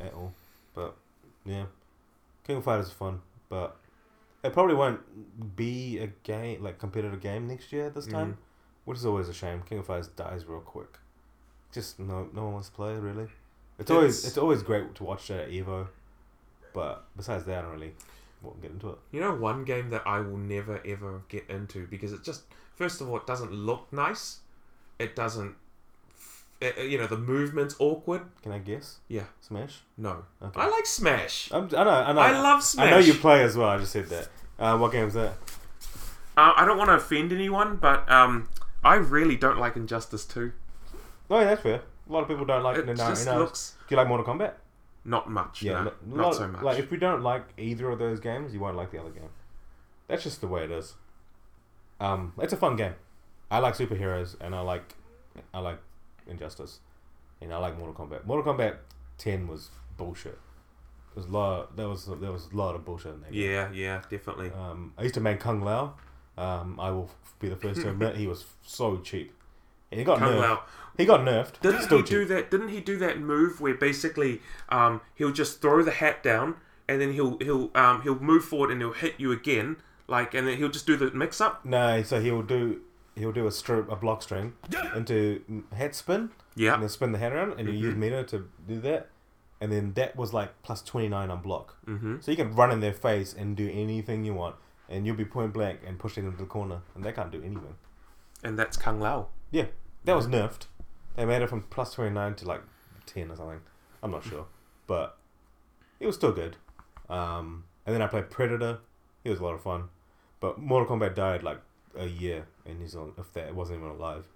Speaker 2: at all. But yeah, King of Fighters is fun, but it probably won't be a game like competitive game next year at this time,
Speaker 1: Mm-hmm.
Speaker 2: which is always a shame. King of Fighters dies real quick. Just no, no one wants to play it, really. It's always
Speaker 1: It's-
Speaker 2: it's always great to watch it at Evo, but besides that, I don't really want to get into it.
Speaker 1: You know, one game that I will never ever get into because it just, first of all, it doesn't look nice. It doesn't, it, you know, the movement's awkward.
Speaker 2: Can I guess?
Speaker 1: Yeah,
Speaker 2: Smash.
Speaker 1: no.
Speaker 2: Okay.
Speaker 1: I like Smash. Uh,
Speaker 2: I'm, I know. I know.
Speaker 1: I love Smash.
Speaker 2: I know you play as well. I just said that. Uh, what game is that?
Speaker 1: Uh, I don't want to offend anyone, but um, I really don't like Injustice 2.
Speaker 2: Oh, yeah, that's fair. A lot of people don't like
Speaker 1: It
Speaker 2: the
Speaker 1: just
Speaker 2: 99.
Speaker 1: looks
Speaker 2: Do you like Mortal Kombat?
Speaker 1: not much. no,
Speaker 2: lo-
Speaker 1: not
Speaker 2: lot-
Speaker 1: so much.
Speaker 2: Like if you don't like either of those games, you won't like the other game. That's just the way it is. Um, it's a fun game. I like superheroes, and I like, I like Injustice, and I like Mortal Kombat. Mortal Kombat 10 was bullshit. There was a lot. There was there was a lot of bullshit in that. game.
Speaker 1: yeah, yeah, definitely.
Speaker 2: Um, I used to man Kung Lao. Um, I will f- be the first to admit he was so cheap. And he got
Speaker 1: Kung
Speaker 2: nerfed.
Speaker 1: Lao.
Speaker 2: He got nerfed.
Speaker 1: Didn't
Speaker 2: Still
Speaker 1: he do
Speaker 2: cheap.
Speaker 1: that? Didn't he do that move where basically um, he'll just throw the hat down and then he'll he'll um, he'll move forward and he'll hit you again, like and then he'll just do the mix up.
Speaker 2: No, so he'll do he'll do a strip a block string into mm, hat spin.
Speaker 1: Yeah. Mm-hmm.
Speaker 2: And then spin the hat around, and you use meter to do that. And then that was like plus twenty nine on block. Mm-hmm. So you can run in their face and do anything you want, and you'll be point blank and pushing them to the corner, and they can't do anything.
Speaker 1: And that's Kung Lao.
Speaker 2: Yeah, that was nerfed. They made it from plus 29 to like 10 or something. I'm not sure. But it was still good. Um, and then I played Predator. It was a lot of fun. But Mortal Kombat died like a year in New Zealand, if that it wasn't even alive.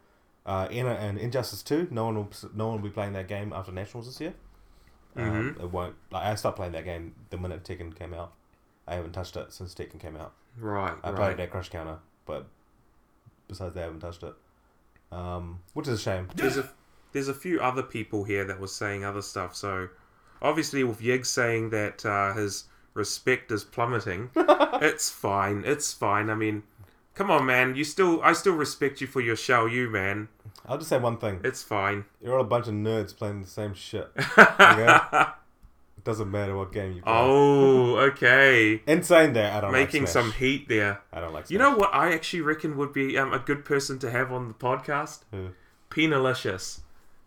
Speaker 2: Uh, in and Injustice 2, no one will no one will be playing that game after Nationals this year. Um, It won't. Like I stopped playing that game the minute Tekken came out. I haven't touched it since Tekken came out.
Speaker 1: Right.
Speaker 2: I
Speaker 1: right.
Speaker 2: played that Crush Counter, but besides that, I haven't touched it. Um, which is a shame.
Speaker 1: There's a there's a few other people here that was saying other stuff. So obviously with Yig saying that uh, his respect is plummeting, it's fine. It's fine. I mean, come on, man. You still I still respect you for your show, you man.
Speaker 2: I'll just say one thing:
Speaker 1: It's fine.
Speaker 2: you're all a bunch of nerds playing the same shit. Okay? it doesn't matter what game you play.
Speaker 1: Oh, okay.
Speaker 2: In saying that, I don't
Speaker 1: Making
Speaker 2: like Smash.
Speaker 1: some heat there.
Speaker 2: I don't like. Smash.
Speaker 1: You know what I actually reckon would be um, a good person to have on the podcast?
Speaker 2: Who?
Speaker 1: Penalicious.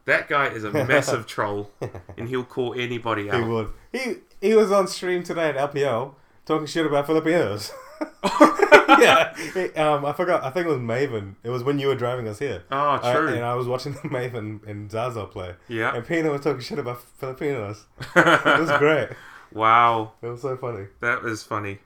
Speaker 1: That guy is a massive troll, and he'll call anybody
Speaker 2: He
Speaker 1: out.
Speaker 2: would. He he was on stream today at LPL talking shit about Filipinos. yeah. He- um, I forgot. I think it was Maven. It was when you were driving us here.
Speaker 1: Oh,
Speaker 2: I-
Speaker 1: true.
Speaker 2: and I was watching Maven and Zaza play.
Speaker 1: Yeah.
Speaker 2: And Pino was talking shit about Filipinos. it was great.
Speaker 1: wow,
Speaker 2: It was so funny.
Speaker 1: that is funny.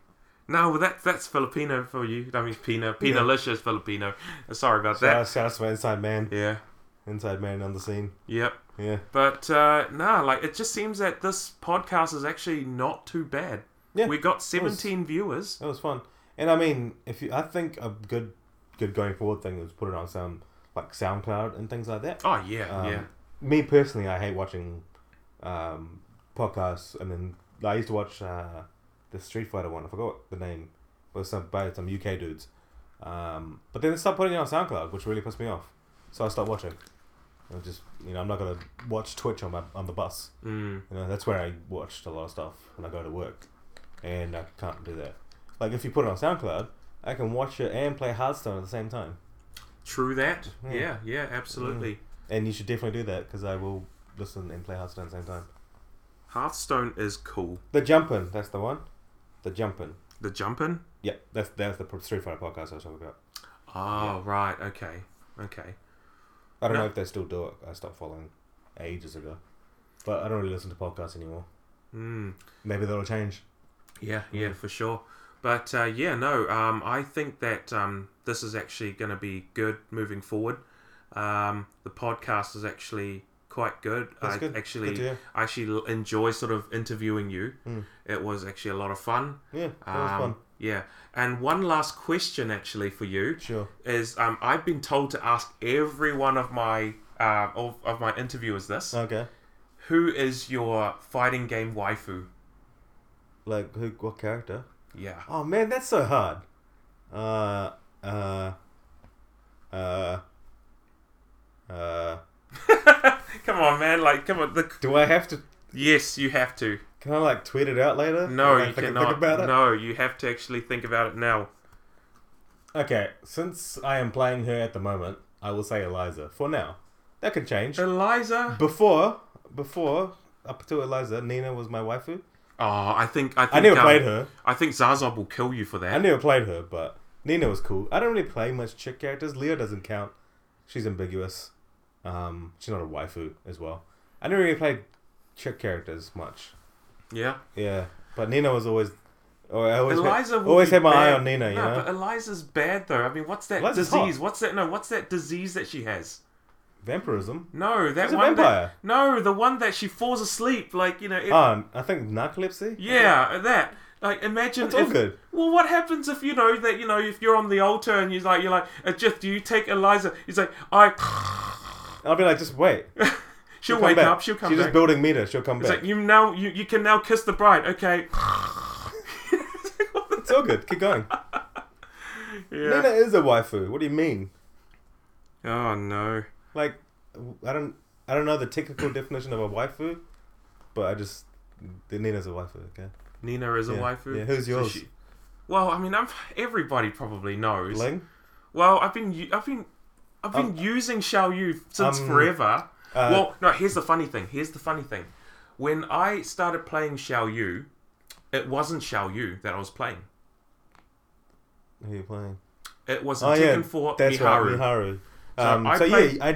Speaker 1: No, well, that that's Filipino for you. I mean, Pina, Pina Licious Filipino. Sorry about
Speaker 2: Shout
Speaker 1: that.
Speaker 2: out, shout out to my Inside Man.
Speaker 1: Yeah.
Speaker 2: Inside Man on the scene.
Speaker 1: Yep.
Speaker 2: Yeah.
Speaker 1: But uh, nah, like it just seems that this podcast is actually not too bad.
Speaker 2: Yeah,
Speaker 1: we got 17 viewers.
Speaker 2: It was fun. And I mean, if you, I think a good good going forward thing is put it on some like SoundCloud and things like that.
Speaker 1: Oh yeah,
Speaker 2: Um,
Speaker 1: yeah.
Speaker 2: Me personally, I hate watching um, podcasts. I mean, I used to watch uh, the Street Fighter one. I forgot the name. It was some by some UK dudes. Um, but then they stopped putting it on SoundCloud, which really pissed me off. So I stopped watching. I just you know I'm not gonna watch Twitch on my on the bus.
Speaker 1: Mm.
Speaker 2: You know that's where I watched a lot of stuff when I go to work, and I can't do that. Like if you put it on SoundCloud, I can watch it and play Hearthstone at the same time.
Speaker 1: True that.
Speaker 2: Mm.
Speaker 1: Yeah, yeah, absolutely.
Speaker 2: And you should definitely do that because I will listen and play Hearthstone at the same time.
Speaker 1: Hearthstone is cool.
Speaker 2: The Jumpin', that's the one. The Jumpin'.
Speaker 1: The jumping.
Speaker 2: Yeah, that's that's the pro- Street Fighter podcast I was talking about.
Speaker 1: Oh right, okay, okay.
Speaker 2: I don't
Speaker 1: No.
Speaker 2: know if they still do it. I stopped following ages ago, but I don't really listen to podcasts anymore.
Speaker 1: Mm.
Speaker 2: Maybe that'll change.
Speaker 1: Yeah, yeah, for sure. But uh, yeah, no, um, I think that um, this is actually going to be good moving forward. Um, the podcast is actually quite good. I
Speaker 2: That's good.
Speaker 1: actually,
Speaker 2: Good to hear.
Speaker 1: I actually l- enjoy sort of interviewing you.
Speaker 2: Mm.
Speaker 1: It was actually a lot of fun.
Speaker 2: Yeah, that was
Speaker 1: Um,
Speaker 2: fun.
Speaker 1: Yeah, and one last question actually for you
Speaker 2: Sure.
Speaker 1: is um, I've been told to ask every one of my uh, of, of my interviewers this:
Speaker 2: Okay.
Speaker 1: Who is your fighting game waifu?
Speaker 2: Like who? What character?
Speaker 1: Yeah.
Speaker 2: Oh man, that's so hard. Uh, uh, uh, uh.
Speaker 1: Come on, man! Like, come on. The
Speaker 2: Do I have to?
Speaker 1: Yes, you have to.
Speaker 2: Can I like tweet it out later?
Speaker 1: No,
Speaker 2: Like,
Speaker 1: you
Speaker 2: if I can
Speaker 1: cannot.
Speaker 2: Think about it.
Speaker 1: No, you have to actually think about it now.
Speaker 2: Okay, since I am playing her at the moment, I will say Eliza for now. That could change.
Speaker 1: Eliza.
Speaker 2: Before, before up to Eliza, Nina was my waifu.
Speaker 1: Oh, I think I think
Speaker 2: I never
Speaker 1: um,
Speaker 2: played her.
Speaker 1: I think Zazob will kill you for that.
Speaker 2: I never played her, but Nina was cool. I don't really play much chick characters. Leo doesn't count. She's ambiguous. Um, she's not a waifu as well. I never really played chick characters much.
Speaker 1: yeah.
Speaker 2: Yeah, but Nina was always. Or I always
Speaker 1: Eliza
Speaker 2: had,
Speaker 1: will
Speaker 2: always
Speaker 1: be
Speaker 2: had my eye
Speaker 1: bad.
Speaker 2: on Nina. You
Speaker 1: no,
Speaker 2: know,
Speaker 1: but uh, Eliza's bad though. I mean, what's that
Speaker 2: Eliza's hot.
Speaker 1: disease? What's that? No, what's that disease that she has?
Speaker 2: vampirism.
Speaker 1: No, that
Speaker 2: She's a
Speaker 1: one.
Speaker 2: vampire.
Speaker 1: That, no, the one that she falls asleep. Like you know. It,
Speaker 2: Ah, I think narcolepsy.
Speaker 1: Yeah, that. Like imagine
Speaker 2: That's all
Speaker 1: if,
Speaker 2: good.
Speaker 1: Well, what happens if you know that you know if you're on the altar and you're like you're like, "Uh, Jeff, do you take Eliza? He's like, I.
Speaker 2: I'll be like, just wait.
Speaker 1: She'll
Speaker 2: Come
Speaker 1: wake
Speaker 2: back.
Speaker 1: up. She'll come
Speaker 2: She's
Speaker 1: back.
Speaker 2: just building meter. She'll come
Speaker 1: It's
Speaker 2: back.
Speaker 1: like you now you, you can now kiss the bride. Okay.
Speaker 2: It's all good. Keep going. Nina
Speaker 1: yeah.
Speaker 2: is a waifu. What do you mean?
Speaker 1: Oh no.
Speaker 2: Like, I don't, I don't know the technical definition of a waifu, but I just Nina's a waifu. Okay.
Speaker 1: Nina is a
Speaker 2: Yeah.
Speaker 1: waifu.
Speaker 2: Yeah, who's
Speaker 1: So
Speaker 2: yours?
Speaker 1: she- well, I mean, I'm, everybody probably knows.
Speaker 2: Ling.
Speaker 1: Well, I've been u- I've been I've been using Xiao Yu since
Speaker 2: um,
Speaker 1: forever.
Speaker 2: uh,
Speaker 1: well, no. Here's the funny thing. Here's the funny thing. When I started playing Xiao Yu, it wasn't Xiao Yu that I was playing.
Speaker 2: Who are you playing?
Speaker 1: It was
Speaker 2: Oh
Speaker 1: Tekken
Speaker 2: yeah,
Speaker 1: 4
Speaker 2: that's
Speaker 1: Miharu.
Speaker 2: right, Miharu.
Speaker 1: So
Speaker 2: Um,
Speaker 1: I
Speaker 2: so
Speaker 1: played-
Speaker 2: yeah, I,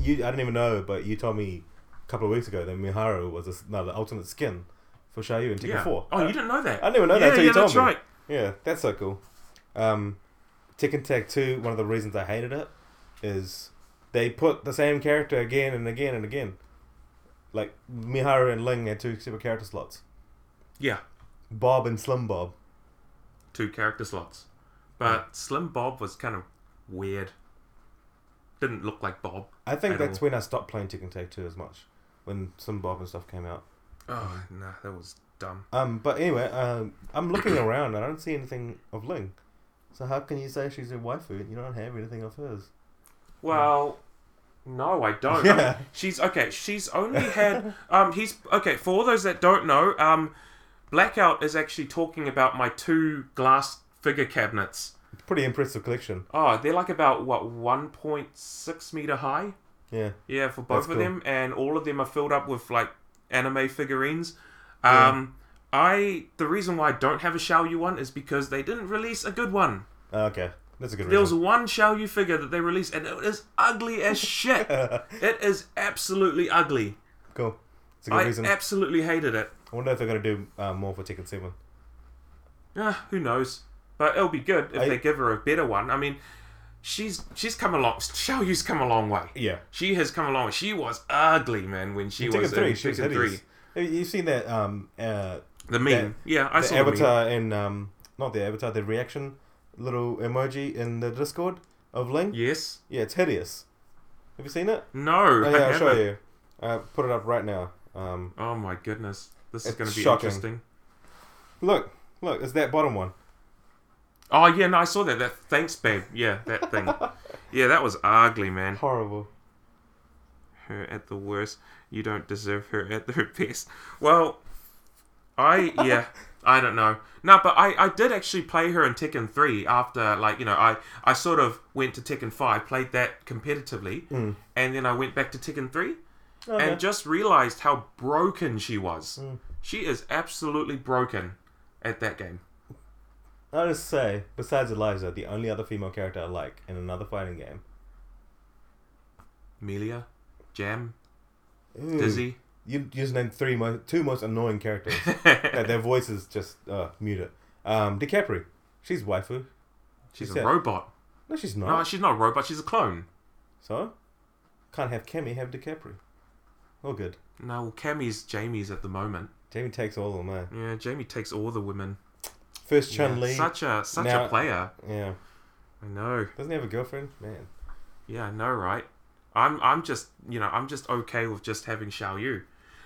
Speaker 2: you, I didn't even know, but you told me a couple of weeks ago that Miharu was a, no, the alternate skin for Shayu in Tekken
Speaker 1: Yeah.
Speaker 2: 4.
Speaker 1: Oh, you didn't know that?
Speaker 2: Uh, I didn't even know
Speaker 1: yeah,
Speaker 2: that until
Speaker 1: yeah,
Speaker 2: you told
Speaker 1: that's
Speaker 2: me.
Speaker 1: right.
Speaker 2: Yeah, that's so cool. Um, Tekken Tag 2, one of the reasons I hated it is they put the same character again and again and again. Like, Miharu and Ling had two separate character slots.
Speaker 1: Yeah.
Speaker 2: Bob and Slim Bob.
Speaker 1: two character slots. But Slim Bob was kind of weird. Didn't look like Bob.
Speaker 2: I think
Speaker 1: At
Speaker 2: that's
Speaker 1: all.
Speaker 2: when I stopped playing Tekken Tag 2 as much. When Slim Bob and stuff came out.
Speaker 1: Oh, nah, that was dumb.
Speaker 2: Um, but anyway, um, I'm looking around. I don't see anything of Ling. So how can you say she's a waifu and you don't have anything of hers?
Speaker 1: Well, no, I don't.
Speaker 2: Yeah.
Speaker 1: I mean, she's okay. She's only had um. He's okay. For all those that don't know, um, Blackout is actually talking about my two glass figure cabinets.
Speaker 2: Pretty impressive collection.
Speaker 1: Oh, they're like about what 1.6 meter high.
Speaker 2: Yeah.
Speaker 1: Yeah, for both
Speaker 2: That's
Speaker 1: of
Speaker 2: cool.
Speaker 1: them, and all of them are filled up with like anime figurines.
Speaker 2: Yeah.
Speaker 1: Um, I the reason why I don't have a Xiaoyu one is because they didn't release a good one.
Speaker 2: Oh, okay. That's a good
Speaker 1: There was
Speaker 2: reason.
Speaker 1: one Xiaoyu figure that they released, and it is ugly as shit. it is absolutely ugly.
Speaker 2: cool. It's a good
Speaker 1: I
Speaker 2: reason.
Speaker 1: absolutely hated it.
Speaker 2: I wonder if they're going to do uh, more for Tekken 7.
Speaker 1: Uh, who knows? But it'll be good if
Speaker 2: I-
Speaker 1: they give her a better one. I mean, she's she's come along. Xiaoyu's come a long way.
Speaker 2: Yeah.
Speaker 1: She has come along. She was ugly, man, when she
Speaker 2: Tekken
Speaker 1: was
Speaker 2: 3.
Speaker 1: in
Speaker 2: She was
Speaker 1: Tekken 3.
Speaker 2: hideous. Have you- You've seen that um, uh,
Speaker 1: The meme. yeah, I
Speaker 2: the
Speaker 1: saw the meme.
Speaker 2: avatar and um, not the avatar, the reaction little emoji in the Discord of Ling. Yeah,
Speaker 1: Yes.
Speaker 2: it's hideous. Have you seen it?
Speaker 1: No.
Speaker 2: Oh,
Speaker 1: I
Speaker 2: yeah, I'll show
Speaker 1: haven't.
Speaker 2: you. Uh, put it up right now. Um,
Speaker 1: Oh my goodness. This is
Speaker 2: It's
Speaker 1: going to be
Speaker 2: shocking.
Speaker 1: interesting.
Speaker 2: look, look, it's that bottom one.
Speaker 1: Oh yeah, no, I saw that. That thanks, babe. Yeah, that thing. yeah, that was ugly, man.
Speaker 2: Horrible.
Speaker 1: Her at the worst. You don't deserve her at the best. Well, I yeah, I don't know. No, but I I did actually play her in Tekken three after like you know I I sort of went to Tekken five, played that competitively, and then I went back to Tekken three.
Speaker 2: Mm. Okay. Mm.
Speaker 1: and just realized how broken she was. She is absolutely broken at that game.
Speaker 2: I'll just say, besides Eliza, the only other female character I like in another fighting game.
Speaker 1: Melia, Jam,
Speaker 2: Ooh,
Speaker 1: Dizzy.
Speaker 2: You you just named three mo- two most annoying characters. like, their voices just uh, mute it. Um, DiCaprio, she's waifu.
Speaker 1: She's
Speaker 2: said-
Speaker 1: a robot.
Speaker 2: No, she's not.
Speaker 1: No, she's not a robot. She's a clone.
Speaker 2: So, can't have Cammy, have DiCaprio. All good.
Speaker 1: No, well, Cammy's Jamie's at the moment.
Speaker 2: Jamie takes all of them. Eh?
Speaker 1: Yeah, Jamie takes all the women.
Speaker 2: First Chun Li.
Speaker 1: Such a such
Speaker 2: Now-
Speaker 1: a player.
Speaker 2: yeah.
Speaker 1: I know.
Speaker 2: Doesn't he have a girlfriend? Man.
Speaker 1: Yeah, I know, right? I'm I'm just you know I'm just okay with just having Xiaoyu.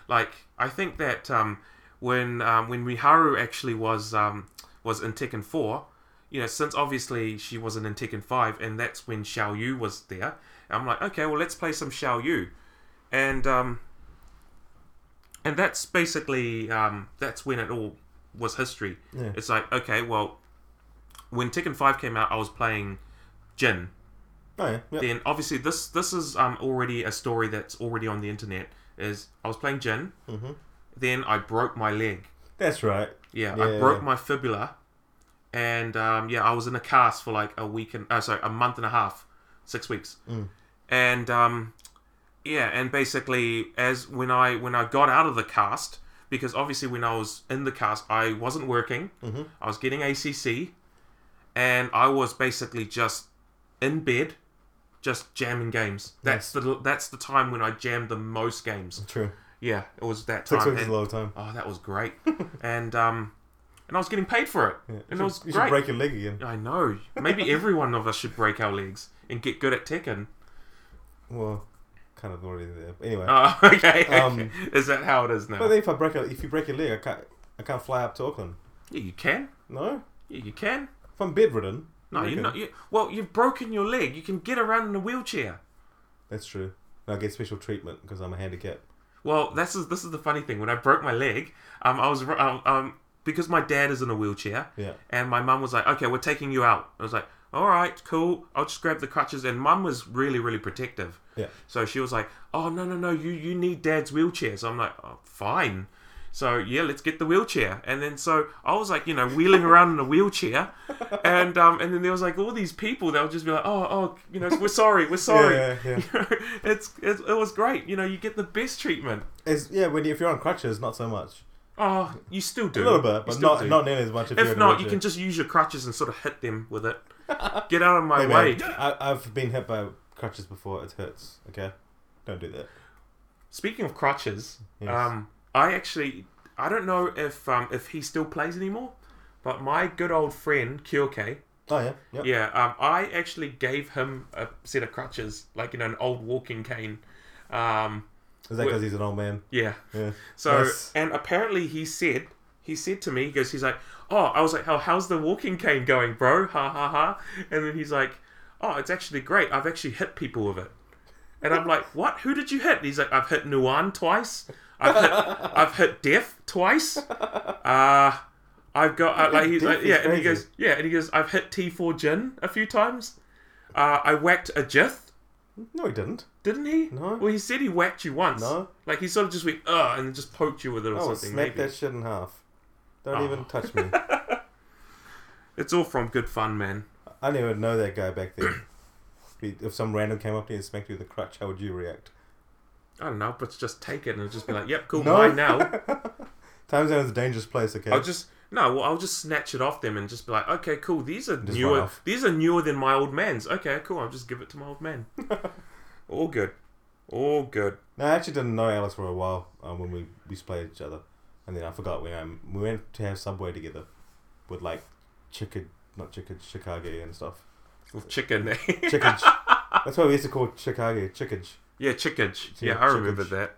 Speaker 1: Like I think that um, when um, when Miharu actually was um, was in Tekken four, you know, since obviously she wasn't in Tekken five, and that's when Xiaoyu was there. I'm like, okay, well let's play some Xiaoyu, and um, and that's basically um, that's when it all was history.
Speaker 2: Yeah.
Speaker 1: It's like okay, well, when Tekken five came out, I was playing Jin
Speaker 2: Oh, yeah. Yep.
Speaker 1: then obviously this this is um already a story that's already on the internet is I was playing gin,
Speaker 2: Mhm.
Speaker 1: then I broke my leg.
Speaker 2: That's right.
Speaker 1: Yeah,
Speaker 2: Yeah.
Speaker 1: I broke my fibula, and um, yeah, I was in a cast for like a week and oh sorry a month and a half, six weeks,
Speaker 2: Mm.
Speaker 1: and um, yeah, and basically as when I when I got out of the cast because obviously when I was in the cast I wasn't working,
Speaker 2: Mm-hmm.
Speaker 1: I was getting ACC, and I was basically just in bed, just jamming games. That's the that's the time when I jammed the most games.
Speaker 2: True.
Speaker 1: Yeah, it was that time.
Speaker 2: Six weeks is
Speaker 1: and-
Speaker 2: a lot of time.
Speaker 1: Oh, that was great. and um, and I was getting paid for it,
Speaker 2: Yeah.
Speaker 1: and
Speaker 2: you
Speaker 1: it was
Speaker 2: should, you
Speaker 1: great.
Speaker 2: should break your leg again.
Speaker 1: I know. Maybe every one of us should break our legs and get good at Tekken.
Speaker 2: Well, kind of already there. But anyway.
Speaker 1: Oh, okay.
Speaker 2: Um,
Speaker 1: is that how it is now?
Speaker 2: But then if I break a, if you break your leg, I can't I can't fly up to Auckland.
Speaker 1: yeah, you can.
Speaker 2: No,
Speaker 1: Yeah, you can.
Speaker 2: if I'm bedridden.
Speaker 1: No,
Speaker 2: I
Speaker 1: you're
Speaker 2: reckon-
Speaker 1: not. You, well, you've broken your leg. You can get around in a wheelchair.
Speaker 2: That's true. And I get special treatment because I'm a handicap.
Speaker 1: Well, this is this is the funny thing. When I broke my leg, um, I was ru- um, um because my dad is in a wheelchair.
Speaker 2: Yeah.
Speaker 1: And my mum was like, "Okay, we're taking you out." I was like, "All right, cool. I'll just grab the crutches." And mum was really, really protective.
Speaker 2: Yeah.
Speaker 1: So she was like, "Oh no, no, no! You you need dad's wheelchair." So I'm like, oh, "Fine." So yeah, let's get the wheelchair. And then so I was like, you know, wheeling around in a wheelchair, and um, and then there was like all these people that would just be like, "Oh, oh, you know, we're sorry, we're sorry."
Speaker 2: Yeah, yeah, yeah.
Speaker 1: You know, it's, it's it was great. You know, you get the best treatment.
Speaker 2: It's, yeah, when you, if you're on crutches, not so much.
Speaker 1: Oh, you still do
Speaker 2: A little
Speaker 1: You
Speaker 2: bit, but
Speaker 1: still
Speaker 2: not
Speaker 1: do.
Speaker 2: not nearly as much. If, you're
Speaker 1: If
Speaker 2: in
Speaker 1: not,
Speaker 2: a
Speaker 1: you
Speaker 2: wheelchair.
Speaker 1: can just use your crutches and sort of hit them with it. Get out of my
Speaker 2: Hey,
Speaker 1: way.
Speaker 2: man, I, I've been hit by crutches before. It hurts. Okay, don't do that.
Speaker 1: Speaking of crutches,
Speaker 2: Yes.
Speaker 1: um, I actually I don't know if um, if he still plays anymore, but my good old friend Kyoke,
Speaker 2: Oh yeah, yep.
Speaker 1: yeah, um, I actually gave him a set of crutches, like you know, an old walking cane. Um,
Speaker 2: Is that because he's an old man?
Speaker 1: yeah.
Speaker 2: Yeah.
Speaker 1: So
Speaker 2: Nice.
Speaker 1: and apparently he said he said to me, he goes, he's like, oh, I was like, oh, how's the walking cane going, bro? Ha ha ha. And then he's like, oh, it's actually great. I've actually hit people with it. And I'm like, what? Who did you hit? And he's like, I've hit Nuan twice. I've hit, I've hit Death twice. Uh, I've got uh, like he's
Speaker 2: Death
Speaker 1: like yeah,
Speaker 2: is
Speaker 1: and he
Speaker 2: crazy.
Speaker 1: goes yeah, and he goes, I've hit T4 Jin a few times. Uh, I whacked a Jith.
Speaker 2: No, he didn't.
Speaker 1: Didn't he?
Speaker 2: No.
Speaker 1: Well, he said he whacked you once.
Speaker 2: No.
Speaker 1: Like he sort of just went, ugh, and just poked you with it or
Speaker 2: Oh,
Speaker 1: something.
Speaker 2: snap
Speaker 1: Maybe.
Speaker 2: that shit in half. Don't
Speaker 1: Oh.
Speaker 2: even touch me.
Speaker 1: It's all from good fun, man.
Speaker 2: I didn't even know that guy back then. If he- if some random came up to you and smacked you with a crutch, how would you react?
Speaker 1: I don't know, but just take it and just be like, yep, cool,
Speaker 2: No.
Speaker 1: mine now.
Speaker 2: Time zone is a dangerous place, okay?
Speaker 1: I'll just no. Well, I'll just snatch it off them and just be like, okay, cool. These are
Speaker 2: Just run
Speaker 1: newer.
Speaker 2: off.
Speaker 1: These are newer than my old man's. Okay, cool. I'll just give it to my old man. all good. All good.
Speaker 2: No, I actually didn't know Alice for a while um, when we used to play each other, and then I forgot when um, we went to have Subway together with like chicken, not chicken, Chicago and stuff.
Speaker 1: With chicken.
Speaker 2: Chicken. that's why we used to call Chicago chicken.
Speaker 1: yeah, chickage. Yeah,
Speaker 2: Yeah,
Speaker 1: I remember
Speaker 2: chickage.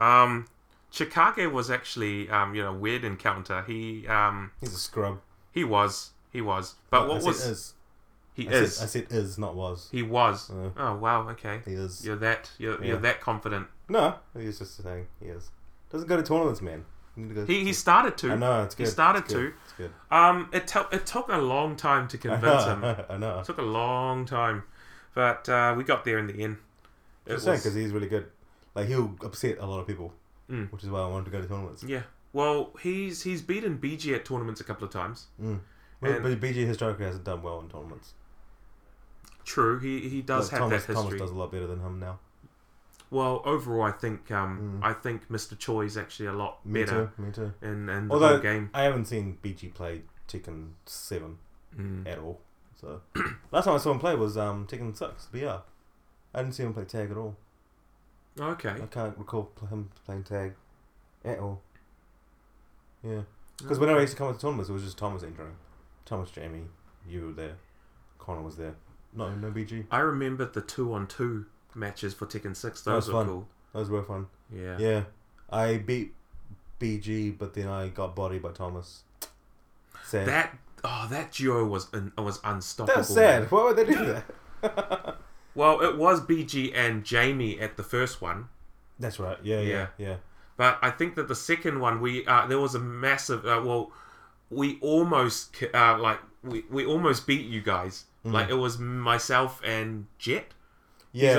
Speaker 1: that. Um, Chicago was actually um, you know, weird encounter. He um,
Speaker 2: He's a scrub.
Speaker 1: he was, he was. But
Speaker 2: I
Speaker 1: what
Speaker 2: said
Speaker 1: was
Speaker 2: Oh, is?
Speaker 1: he
Speaker 2: I
Speaker 1: is
Speaker 2: Said, I said is, not was.
Speaker 1: he was?
Speaker 2: Uh.
Speaker 1: oh wow, okay.
Speaker 2: He is.
Speaker 1: You're that you're,
Speaker 2: Yeah.
Speaker 1: you're that confident.
Speaker 2: No, he's just saying he is. Doesn't go to tournaments, man. You need to go
Speaker 1: He he started
Speaker 2: I
Speaker 1: to.
Speaker 2: know it's
Speaker 1: he
Speaker 2: good.
Speaker 1: started
Speaker 2: it's good.
Speaker 1: to.
Speaker 2: It's good.
Speaker 1: Um, it took it took a long time to
Speaker 2: I
Speaker 1: convince him.
Speaker 2: know. I know.
Speaker 1: It took a long time, but uh, we got there in the end. It
Speaker 2: Just saying
Speaker 1: was-
Speaker 2: because he's really good. Like he'll upset a lot of people,
Speaker 1: Mm.
Speaker 2: which is why I wanted to go to tournaments.
Speaker 1: yeah. Well, he's he's beaten BG at tournaments a couple of times.
Speaker 2: Mm. But,
Speaker 1: And-
Speaker 2: but BG historically hasn't done well in tournaments.
Speaker 1: True, he he does
Speaker 2: Like,
Speaker 1: have
Speaker 2: Thomas,
Speaker 1: that
Speaker 2: Thomas
Speaker 1: history.
Speaker 2: does a lot better than him now.
Speaker 1: Well, overall, I think um I think Mr. Choi is actually a lot
Speaker 2: Mm. Me
Speaker 1: better
Speaker 2: too. Me too.
Speaker 1: in in the
Speaker 2: Although
Speaker 1: whole game.
Speaker 2: I haven't seen BG play Tekken Seven
Speaker 1: Mm.
Speaker 2: at all. So last time I saw him play was um, Tekken Six BR. I didn't see him play tag at all.
Speaker 1: Okay.
Speaker 2: I can't recall pl- him playing tag at all. Yeah.
Speaker 1: Oh,
Speaker 2: Because whenever I used to come to tournaments, it was just Thomas entering. Thomas, Jamie, you were there. Connor was there. No, no BG.
Speaker 1: I remember the two on two matches for Tekken Six.
Speaker 2: That was
Speaker 1: Those were
Speaker 2: fun.
Speaker 1: cool.
Speaker 2: That was a rough one.
Speaker 1: Yeah.
Speaker 2: Yeah. I beat BG, but then I got bodied by Thomas. Sad. That,
Speaker 1: That oh that duo was un, was unstoppable.
Speaker 2: was
Speaker 1: man.
Speaker 2: sad. Why would they do that?
Speaker 1: Well, it was BG and Jamie at the first one,
Speaker 2: That's right. Yeah, yeah,
Speaker 1: Yeah.
Speaker 2: yeah.
Speaker 1: but I think that the second one we uh, there was a massive uh, well, we almost ki- uh, like we, we almost beat you guys.
Speaker 2: Mm.
Speaker 1: Like it was myself and Jet.
Speaker 2: Yeah,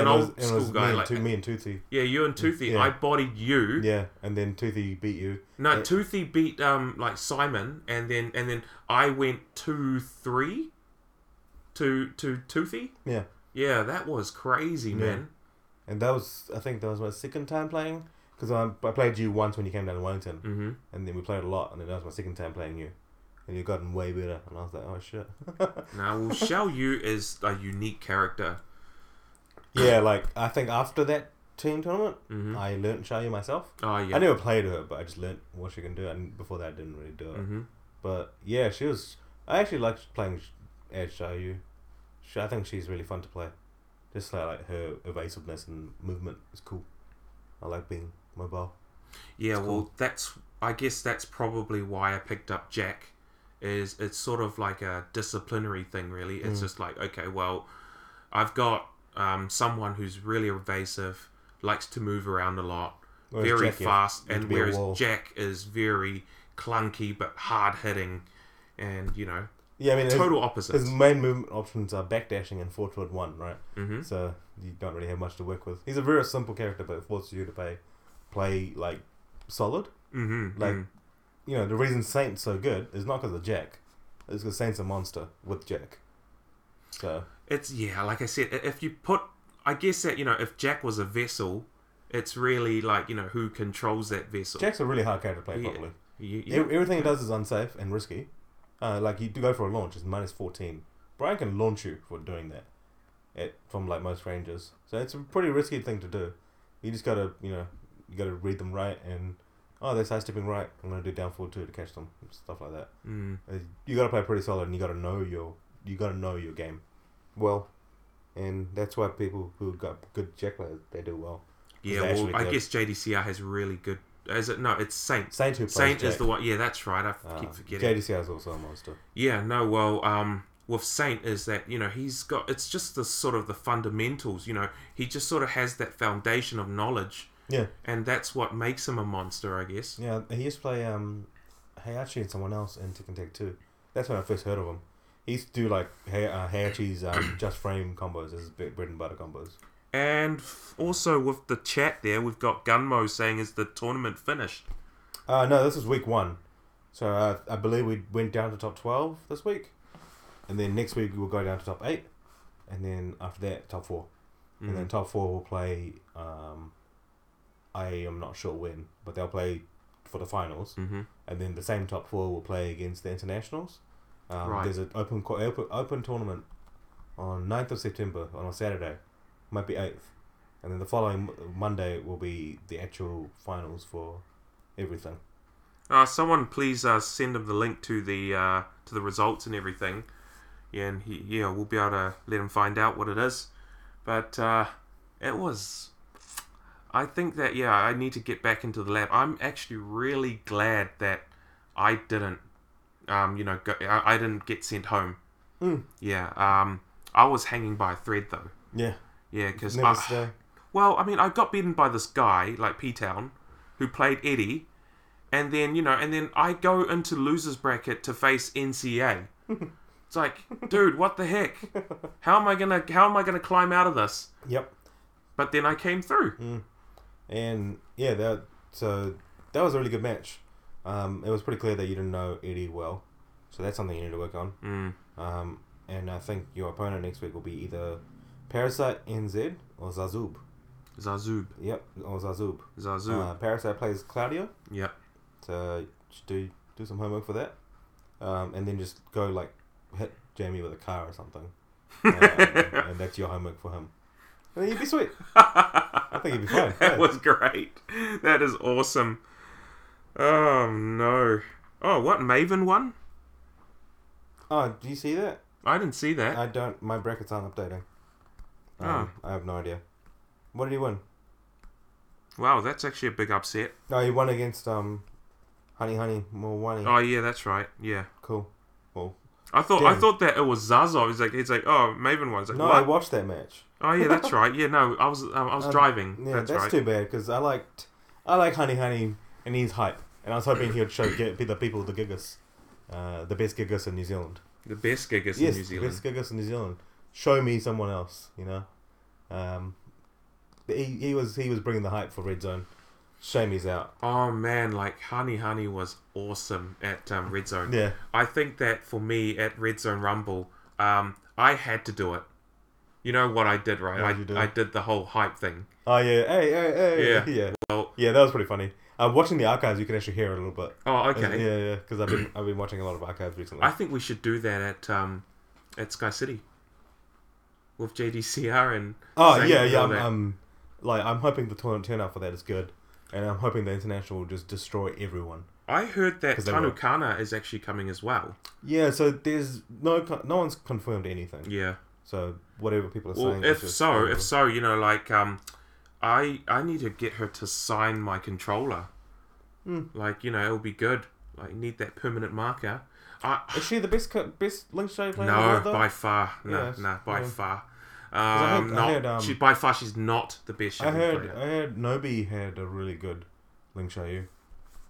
Speaker 1: an
Speaker 2: and it was,
Speaker 1: old
Speaker 2: and it
Speaker 1: school
Speaker 2: was
Speaker 1: guy,
Speaker 2: me,
Speaker 1: like-
Speaker 2: and two, me and Toothy.
Speaker 1: Yeah, you and Toothy.
Speaker 2: Yeah.
Speaker 1: I bodied you.
Speaker 2: Yeah, and then Toothy beat you.
Speaker 1: No,
Speaker 2: Uh,
Speaker 1: Toothy beat um like Simon, and then and then I went two three. To to Toothy.
Speaker 2: Yeah.
Speaker 1: Yeah, that was crazy, man.
Speaker 2: And that was, I think that was my second time playing. Because I, I played you once when you came down to Wellington.
Speaker 1: hmm
Speaker 2: And then we played a lot. And then that was my second time playing you. And you've gotten way better. And I was like, oh, shit.
Speaker 1: Now, well, Xiao Yu is a unique character.
Speaker 2: yeah, like, I think after that team tournament,
Speaker 1: Mm-hmm.
Speaker 2: I learnt Shayu myself.
Speaker 1: Oh yeah.
Speaker 2: I never played her, but I just learnt what she can do. And before that, I didn't really do it.
Speaker 1: hmm
Speaker 2: But yeah, she was. I actually liked playing Sh- as Shayu. She, I think she's really fun to play. Just like, like her evasiveness and movement is cool. I like being mobile.
Speaker 1: Yeah, well, that's I guess that's probably why I picked up Jack. Is it's sort of like a disciplinary thing, really. It's
Speaker 2: Mm.
Speaker 1: just like okay, well, I've got um, someone who's really evasive, likes to move around a lot,
Speaker 2: Whereas
Speaker 1: very
Speaker 2: Jack, you have-
Speaker 1: fast,
Speaker 2: you have to
Speaker 1: and
Speaker 2: be a
Speaker 1: whereas
Speaker 2: wall.
Speaker 1: Jack is very clunky but hard hitting, and you know,
Speaker 2: Yeah, I mean, it's-
Speaker 1: total opposites.
Speaker 2: His main movement options are backdashing and four toward one, right?
Speaker 1: Mhm.
Speaker 2: So you don't really have much to work with. He's a very simple character, but it forces you to play, play like solid.
Speaker 1: Mm-hmm.
Speaker 2: Like you know, the reason Saint's so good is not because of Jack. It's because Saint's a monster with Jack. So
Speaker 1: it's yeah like i said i- if you put i guess that you know if jack was a vessel it's really like you know who controls that vessel
Speaker 2: Jack's a really hard character to play.
Speaker 1: Yeah.
Speaker 2: Probably
Speaker 1: You-
Speaker 2: E
Speaker 1: you-
Speaker 2: everything he does is unsafe and risky. Uh, like you do go for a launch, it's minus fourteen. Brian can launch you for doing that, at from like most ranges. So it's a pretty risky thing to do. You just gotta you know you gotta read them right and oh they're side stepping right. I'm gonna do down forward two to catch them stuff like that.
Speaker 1: mm,
Speaker 2: Uh, You gotta play pretty solid and you gotta know your you gotta know your game well, and that's why people who got good jack players they do well.
Speaker 1: yeah
Speaker 2: They're
Speaker 1: well
Speaker 2: actually
Speaker 1: i
Speaker 2: good.
Speaker 1: guess jdcr has really good is it no it's saint
Speaker 2: Saint who plays
Speaker 1: saint is
Speaker 2: Jack.
Speaker 1: the one yeah that's right i f-
Speaker 2: Uh,
Speaker 1: keep forgetting
Speaker 2: JDCR is also a monster.
Speaker 1: yeah no well um with saint is that you know he's got it's just the sort of the fundamentals you know he just sort of has that foundation of knowledge
Speaker 2: Yeah.
Speaker 1: and that's what makes him a monster i guess
Speaker 2: Yeah, he used to play um, Hayachi and someone else in Tekken Tag 2. That's when I first heard of him. He used to do like Hay- uh, Hayachi's um, Just Frame combos, his bre- bread and butter combos.
Speaker 1: And f- also with the chat there, we've got Gunmo saying, "Is the tournament finished?"
Speaker 2: Uh, no, this was week one. So uh, I believe we went down to top 12 this week. And then next week we'll go down to top 8. And then after that, top 4. And then top 4 will play. Um, I am not sure when, but they'll play for the finals.
Speaker 1: Mm-hmm.
Speaker 2: And then the same top 4 will play against the internationals. Um,
Speaker 1: Right.
Speaker 2: There's an open, co- open open tournament on 9th of September on a Saturday. Might be 8th. And then the following Mo- Monday will be the actual finals for everything.
Speaker 1: Uh, someone please uh, send him the link to the uh, to the results and everything. Yeah, and he, yeah, we'll be able to let him find out what it is. But uh, it was. I think that yeah, I need to get back into the lab. I'm actually really glad that I didn't, um, you know, go, I, I didn't get sent home.
Speaker 2: Mm.
Speaker 1: Yeah, um, I was hanging by a thread though.
Speaker 2: Yeah.
Speaker 1: Yeah, because
Speaker 2: Never stay.
Speaker 1: well, I mean, I got beaten by this guy, like P Town, who played Eddie, and then, you know, and then I go into loser's bracket to face NCA. it's like, dude, what the heck? How am I gonna how am I gonna climb out of this?
Speaker 2: Yep.
Speaker 1: But then I came through.
Speaker 2: And yeah, that so that was a really good match. Um, it was pretty clear that you didn't know Eddie well, so that's something you need to work on.
Speaker 1: Mm.
Speaker 2: Um, and I think your opponent next week will be either Parasite NZ or Zazub.
Speaker 1: Zazub.
Speaker 2: Yep, or Zazub.
Speaker 1: Zazub.
Speaker 2: Uh, Parasite plays Claudio,
Speaker 1: yep.
Speaker 2: so just do do some homework for that, um, and then just go like hit Jamie with a car or something, um, and that's your homework for him. And then you'd be sweet. I think you'd be fine.
Speaker 1: That
Speaker 2: yeah.
Speaker 1: was great. That is awesome. Oh no. Oh what, Maven won?
Speaker 2: Oh, do you see that?
Speaker 1: I didn't see that.
Speaker 2: I don't. My brackets aren't updating. Um, I have no idea. What did he win?
Speaker 1: wow, that's actually a big upset.
Speaker 2: No, he won against um, Honey Honey Mulwani.
Speaker 1: Oh yeah, that's right. Yeah.
Speaker 2: Cool. Well,
Speaker 1: I thought I
Speaker 2: Damn.
Speaker 1: thought that it was Zazo. He's like he's like oh Maven one. He's like
Speaker 2: no, I
Speaker 1: what?
Speaker 2: watched that match.
Speaker 1: oh yeah, that's right. Yeah, no, I was um, I was
Speaker 2: Um,
Speaker 1: driving.
Speaker 2: Yeah,
Speaker 1: that's,
Speaker 2: that's,
Speaker 1: right.
Speaker 2: too bad because I liked, I like Honey Honey, and he's hype, and I was hoping he would show get the people the gigas, uh, the best gigas in New Zealand.
Speaker 1: The best giggers
Speaker 2: yes,
Speaker 1: in New
Speaker 2: the
Speaker 1: Zealand.
Speaker 2: best gigas in New Zealand. Show me someone else, you know. Um, he, he was he was bringing the hype for Red Zone. Shame he's out.
Speaker 1: Oh man, like Honey Honey was awesome at um, Red Zone.
Speaker 2: Yeah.
Speaker 1: I think that for me at Red Zone Rumble, um, I had to do it. You know what I did, right?
Speaker 2: What
Speaker 1: I
Speaker 2: did you do?
Speaker 1: I did the whole hype thing.
Speaker 2: Oh yeah, hey, hey, hey,
Speaker 1: Yeah.
Speaker 2: yeah, yeah,
Speaker 1: Well-
Speaker 2: yeah. That was pretty funny. I'm watching the archives. You can actually hear it a little bit.
Speaker 1: Oh okay.
Speaker 2: Yeah, yeah. Because I've been I've been watching a lot of archives recently.
Speaker 1: I think we should do that at um, at Sky City with JDCR and
Speaker 2: oh
Speaker 1: Zane
Speaker 2: yeah,
Speaker 1: and
Speaker 2: yeah.
Speaker 1: all
Speaker 2: I'm,
Speaker 1: that.
Speaker 2: I'm like I'm hoping the turn turnout for that is good, and I'm hoping the international will just destroy everyone.
Speaker 1: I heard that
Speaker 2: 'Cause they were-
Speaker 1: Tanukana is actually coming as well.
Speaker 2: Yeah. So there's no con- no one's confirmed anything.
Speaker 1: Yeah.
Speaker 2: So whatever people are saying.
Speaker 1: Well,
Speaker 2: is
Speaker 1: if
Speaker 2: just-
Speaker 1: so, if so, you know, like, um, I I need to get her to sign my controller.
Speaker 2: Hmm.
Speaker 1: Like, you know, it'll be good. Like, need that permanent marker. I
Speaker 2: is she the best co- best link show player? in the
Speaker 1: no,
Speaker 2: world, though?
Speaker 1: by far, no,
Speaker 2: Yes,
Speaker 1: no, by
Speaker 2: yeah.
Speaker 1: far.
Speaker 2: I
Speaker 1: Um,
Speaker 2: heard- I
Speaker 1: not,
Speaker 2: heard, um,
Speaker 1: she by far she's not the best.
Speaker 2: I
Speaker 1: Shogun
Speaker 2: heard uh,
Speaker 1: player.
Speaker 2: I heard Nobi had a really good link show you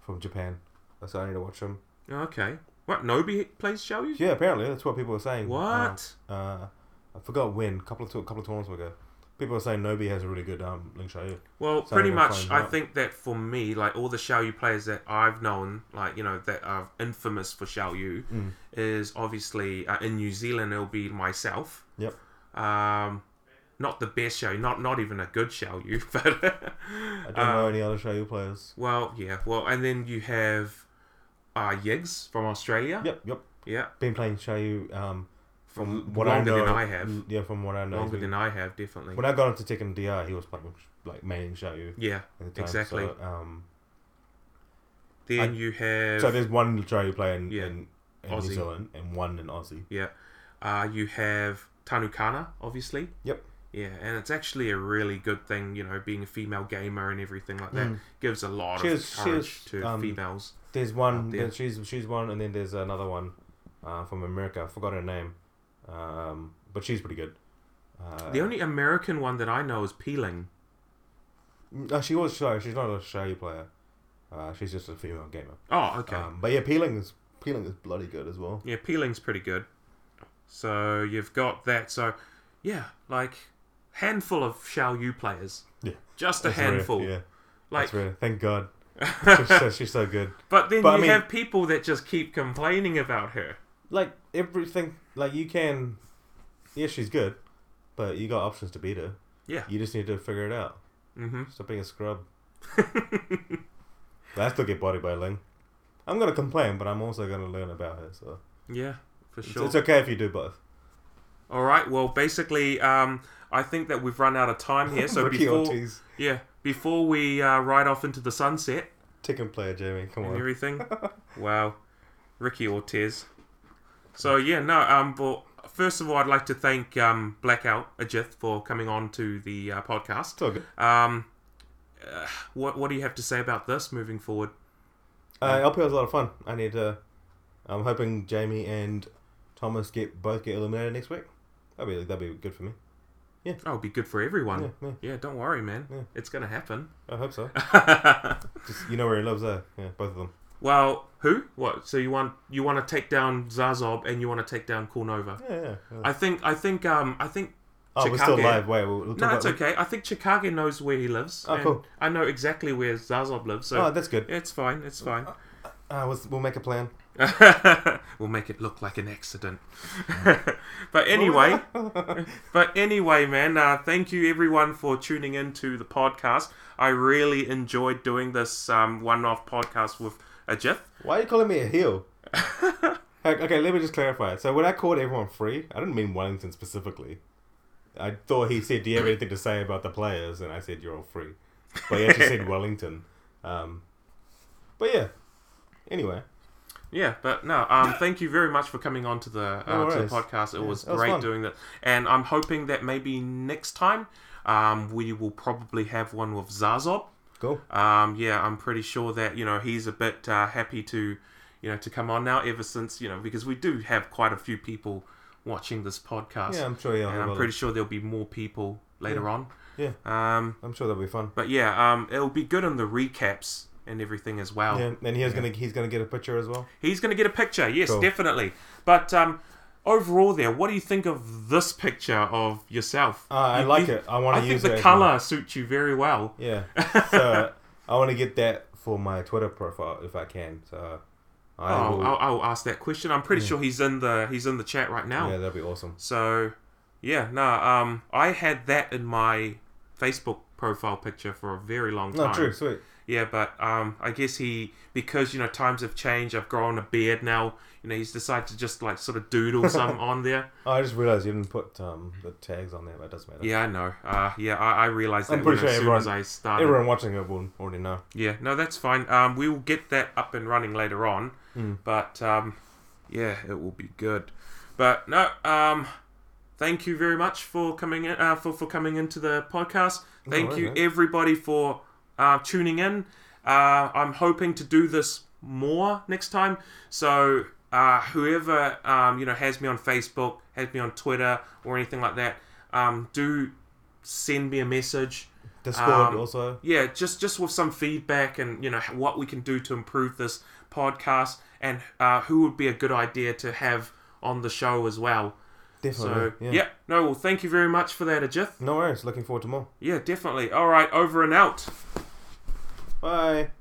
Speaker 2: from Japan. So I need to watch him.
Speaker 1: okay, what Nobi plays Shoyu?
Speaker 2: Yeah, apparently that's what people were saying.
Speaker 1: What?
Speaker 2: Uh, uh, I forgot when. couple of a couple of tournaments ago, people were saying Nobi has a really good um link show.
Speaker 1: Well,
Speaker 2: So
Speaker 1: pretty
Speaker 2: we'll
Speaker 1: much,
Speaker 2: find
Speaker 1: I
Speaker 2: out.
Speaker 1: think that for me, like all the Xiaoyu players that I've known, like, you know, that are infamous for Xiaoyu,
Speaker 2: Mm.
Speaker 1: is obviously uh, in New Zealand, it'll be myself.
Speaker 2: Yep.
Speaker 1: Um, not the best Xiaoyu, not, not even a good Xiaoyu, but.
Speaker 2: I don't
Speaker 1: uh,
Speaker 2: know any other show players.
Speaker 1: well, yeah. Well, and then you have uh, Yiggs from Australia.
Speaker 2: Yep, yep.
Speaker 1: Yeah.
Speaker 2: Been playing show um from
Speaker 1: L-
Speaker 2: what
Speaker 1: longer
Speaker 2: I know.
Speaker 1: than I have.
Speaker 2: mm, Yeah, from what I know.
Speaker 1: Longer
Speaker 2: he's
Speaker 1: than
Speaker 2: been-
Speaker 1: I have, definitely.
Speaker 2: when I got into Tekken DR, he was playing like main show at
Speaker 1: yeah.
Speaker 2: the time.
Speaker 1: Exactly.
Speaker 2: So, um,
Speaker 1: Then
Speaker 2: I-
Speaker 1: you have.
Speaker 2: so there's one show player in,
Speaker 1: Yeah.
Speaker 2: in, in New
Speaker 1: Aussie.
Speaker 2: Zealand and one in Aussie.
Speaker 1: Yeah. Uh, you have Tanukana, obviously.
Speaker 2: Yep.
Speaker 1: Yeah, and it's actually a really good thing, you know, being a female gamer and everything like that
Speaker 2: Mm.
Speaker 1: gives a lot
Speaker 2: She
Speaker 1: of
Speaker 2: was- she
Speaker 1: courage
Speaker 2: was,
Speaker 1: to
Speaker 2: um,
Speaker 1: females.
Speaker 2: There's one.
Speaker 1: there.
Speaker 2: there- She's she's one, and then there's another one uh, from America. I forgot her name, um, but she's pretty good. Uh,
Speaker 1: The only American one that I know is Peeling.
Speaker 2: no, she was show. She's not a show player. Uh, she's just a female gamer.
Speaker 1: Oh, okay.
Speaker 2: Um, but yeah, peeling is peeling is bloody good as well.
Speaker 1: yeah, Peeling's pretty good. So you've got that. So, yeah, like handful of Xiao Yu players.
Speaker 2: Yeah.
Speaker 1: Just a
Speaker 2: That's rare,
Speaker 1: handful.
Speaker 2: Yeah.
Speaker 1: Like,
Speaker 2: That's rare. Thank God. she's, so, she's so good.
Speaker 1: but then
Speaker 2: But I
Speaker 1: you
Speaker 2: mean-
Speaker 1: have people that just keep complaining about her.
Speaker 2: Like everything. Like you can. Yeah, she's good, but you got options to beat her.
Speaker 1: Yeah.
Speaker 2: You just need to figure it out.
Speaker 1: Mm-hmm.
Speaker 2: Stop being a scrub. but I still get bodied by Ling. I'm gonna complain, but I'm also gonna learn about her. So
Speaker 1: Yeah, for
Speaker 2: it's,
Speaker 1: sure.
Speaker 2: it's okay if you do both.
Speaker 1: All right. Well, basically, um, I think that we've run out of time here. So
Speaker 2: Ricky
Speaker 1: before,
Speaker 2: Ortiz,
Speaker 1: yeah, before we uh, ride off into the sunset
Speaker 2: tick and player, Jamie. Come
Speaker 1: and
Speaker 2: on.
Speaker 1: everything, wow, Ricky Ortiz. So yeah, no. Um, but first of all, I'd like to thank um, Blackout Ajith for coming on to the uh, podcast.
Speaker 2: It's all good.
Speaker 1: Um, uh, what what do you have to say about this moving forward?
Speaker 2: Uh, LP was a lot of fun. I need to. I'm hoping Jamie and Thomas get both get eliminated next week. That'd be that'd be good for me.
Speaker 1: Oh, it'd be good for everyone.
Speaker 2: Yeah, yeah.
Speaker 1: Yeah, don't worry, man.
Speaker 2: Yeah.
Speaker 1: It's gonna happen.
Speaker 2: I hope so. Just you know where he lives, though. Yeah, both of them.
Speaker 1: well, who? What? So you want you want to take down Zazob and you want to take down Cornova?
Speaker 2: Yeah. yeah, yeah.
Speaker 1: I think I think um I think
Speaker 2: oh, we're still
Speaker 1: Chicago-
Speaker 2: live. Wait, we'll, we'll talk
Speaker 1: no,
Speaker 2: about.
Speaker 1: it's okay. I think Chicago knows where he lives.
Speaker 2: Oh,
Speaker 1: and
Speaker 2: cool.
Speaker 1: I know exactly where Zazob lives, so
Speaker 2: Oh, that's good.
Speaker 1: it's fine. It's fine.
Speaker 2: Uh, we'll, we'll make a plan. Uh,
Speaker 1: we'll make it look like an accident. but anyway, but anyway, man, uh, thank you everyone for tuning in to the podcast. I really enjoyed doing this um, one-off podcast with Ajith.
Speaker 2: Why are you calling me a heel? okay, okay, let me just clarify. So when I called everyone free, I didn't mean Wellington specifically. I thought he said, "Do you have anything to say about the players?" And I said, "You're all free," but he actually said Wellington. Um, but yeah. Anyway,
Speaker 1: Yeah, but no, um, thank you very much for coming on to the,
Speaker 2: No
Speaker 1: uh, to the
Speaker 2: worries.
Speaker 1: podcast. It was
Speaker 2: it was
Speaker 1: great
Speaker 2: fun.
Speaker 1: doing that. And I'm hoping that maybe next time um, we will probably have one with Zazob.
Speaker 2: cool.
Speaker 1: Um, yeah, I'm pretty sure that, you know, he's a bit uh, happy to, you know, to come on now ever since, you know, because we do have quite a few people watching this podcast.
Speaker 2: Yeah, I'm sure you'll
Speaker 1: and
Speaker 2: have.
Speaker 1: I'm
Speaker 2: a
Speaker 1: pretty sure there'll be more people later on.
Speaker 2: Yeah.
Speaker 1: Um,
Speaker 2: I'm sure that'll be fun.
Speaker 1: but yeah, um, it'll be good on the recaps and everything as well.
Speaker 2: Yeah, and he's gonna he's gonna get a picture as well.
Speaker 1: He's going to get a picture, yes,
Speaker 2: Cool.
Speaker 1: definitely. But um, overall, there, what do you think of this picture of yourself?
Speaker 2: Uh, I
Speaker 1: You-
Speaker 2: like
Speaker 1: you-
Speaker 2: it. I
Speaker 1: I
Speaker 2: want to
Speaker 1: think
Speaker 2: use it
Speaker 1: the
Speaker 2: as my-
Speaker 1: color suits you very well.
Speaker 2: Yeah. So I want to get that for my Twitter profile if I can. So I
Speaker 1: Oh,
Speaker 2: will.
Speaker 1: I'll, I'll ask that question. I'm pretty sure he's in the he's in the chat right now.
Speaker 2: yeah, that'd be awesome.
Speaker 1: So, yeah, no, um, I had that in my Facebook profile picture for a very long
Speaker 2: No,
Speaker 1: time.
Speaker 2: true, sweet.
Speaker 1: Yeah, but um, I guess he because you know times have changed. I've grown a beard now. You know, he's decided to just like sort of doodle some on there.
Speaker 2: Oh, I just realized you didn't put um, the tags on there, but it doesn't matter.
Speaker 1: Yeah, I know. Uh, yeah, I, I realized that
Speaker 2: I'm pretty
Speaker 1: when- as
Speaker 2: sure
Speaker 1: soon
Speaker 2: everyone-
Speaker 1: as I started.
Speaker 2: Everyone watching it will already know.
Speaker 1: Yeah, no, that's fine. Um, we will get that up and running later on,
Speaker 2: Hmm.
Speaker 1: but um, yeah, it will be good. But no, um, thank you very much for coming in, uh, for for coming into the podcast. Thank
Speaker 2: worries,
Speaker 1: you
Speaker 2: mate.
Speaker 1: everybody for uh, tuning in. Uh, I'm hoping to do this more next time. So uh, whoever um, you know has me on Facebook, has me on Twitter, or anything like that, um, do send me a message.
Speaker 2: Discord
Speaker 1: Um,
Speaker 2: also.
Speaker 1: yeah just just with some feedback and you know what we can do to improve this podcast and uh, who would be a good idea to have on the show as well so
Speaker 2: Definitely.
Speaker 1: yeah.
Speaker 2: yeah.
Speaker 1: no well thank you very much for that ajith
Speaker 2: No worries. Looking forward to more.
Speaker 1: yeah definitely all right over and out
Speaker 2: Bye.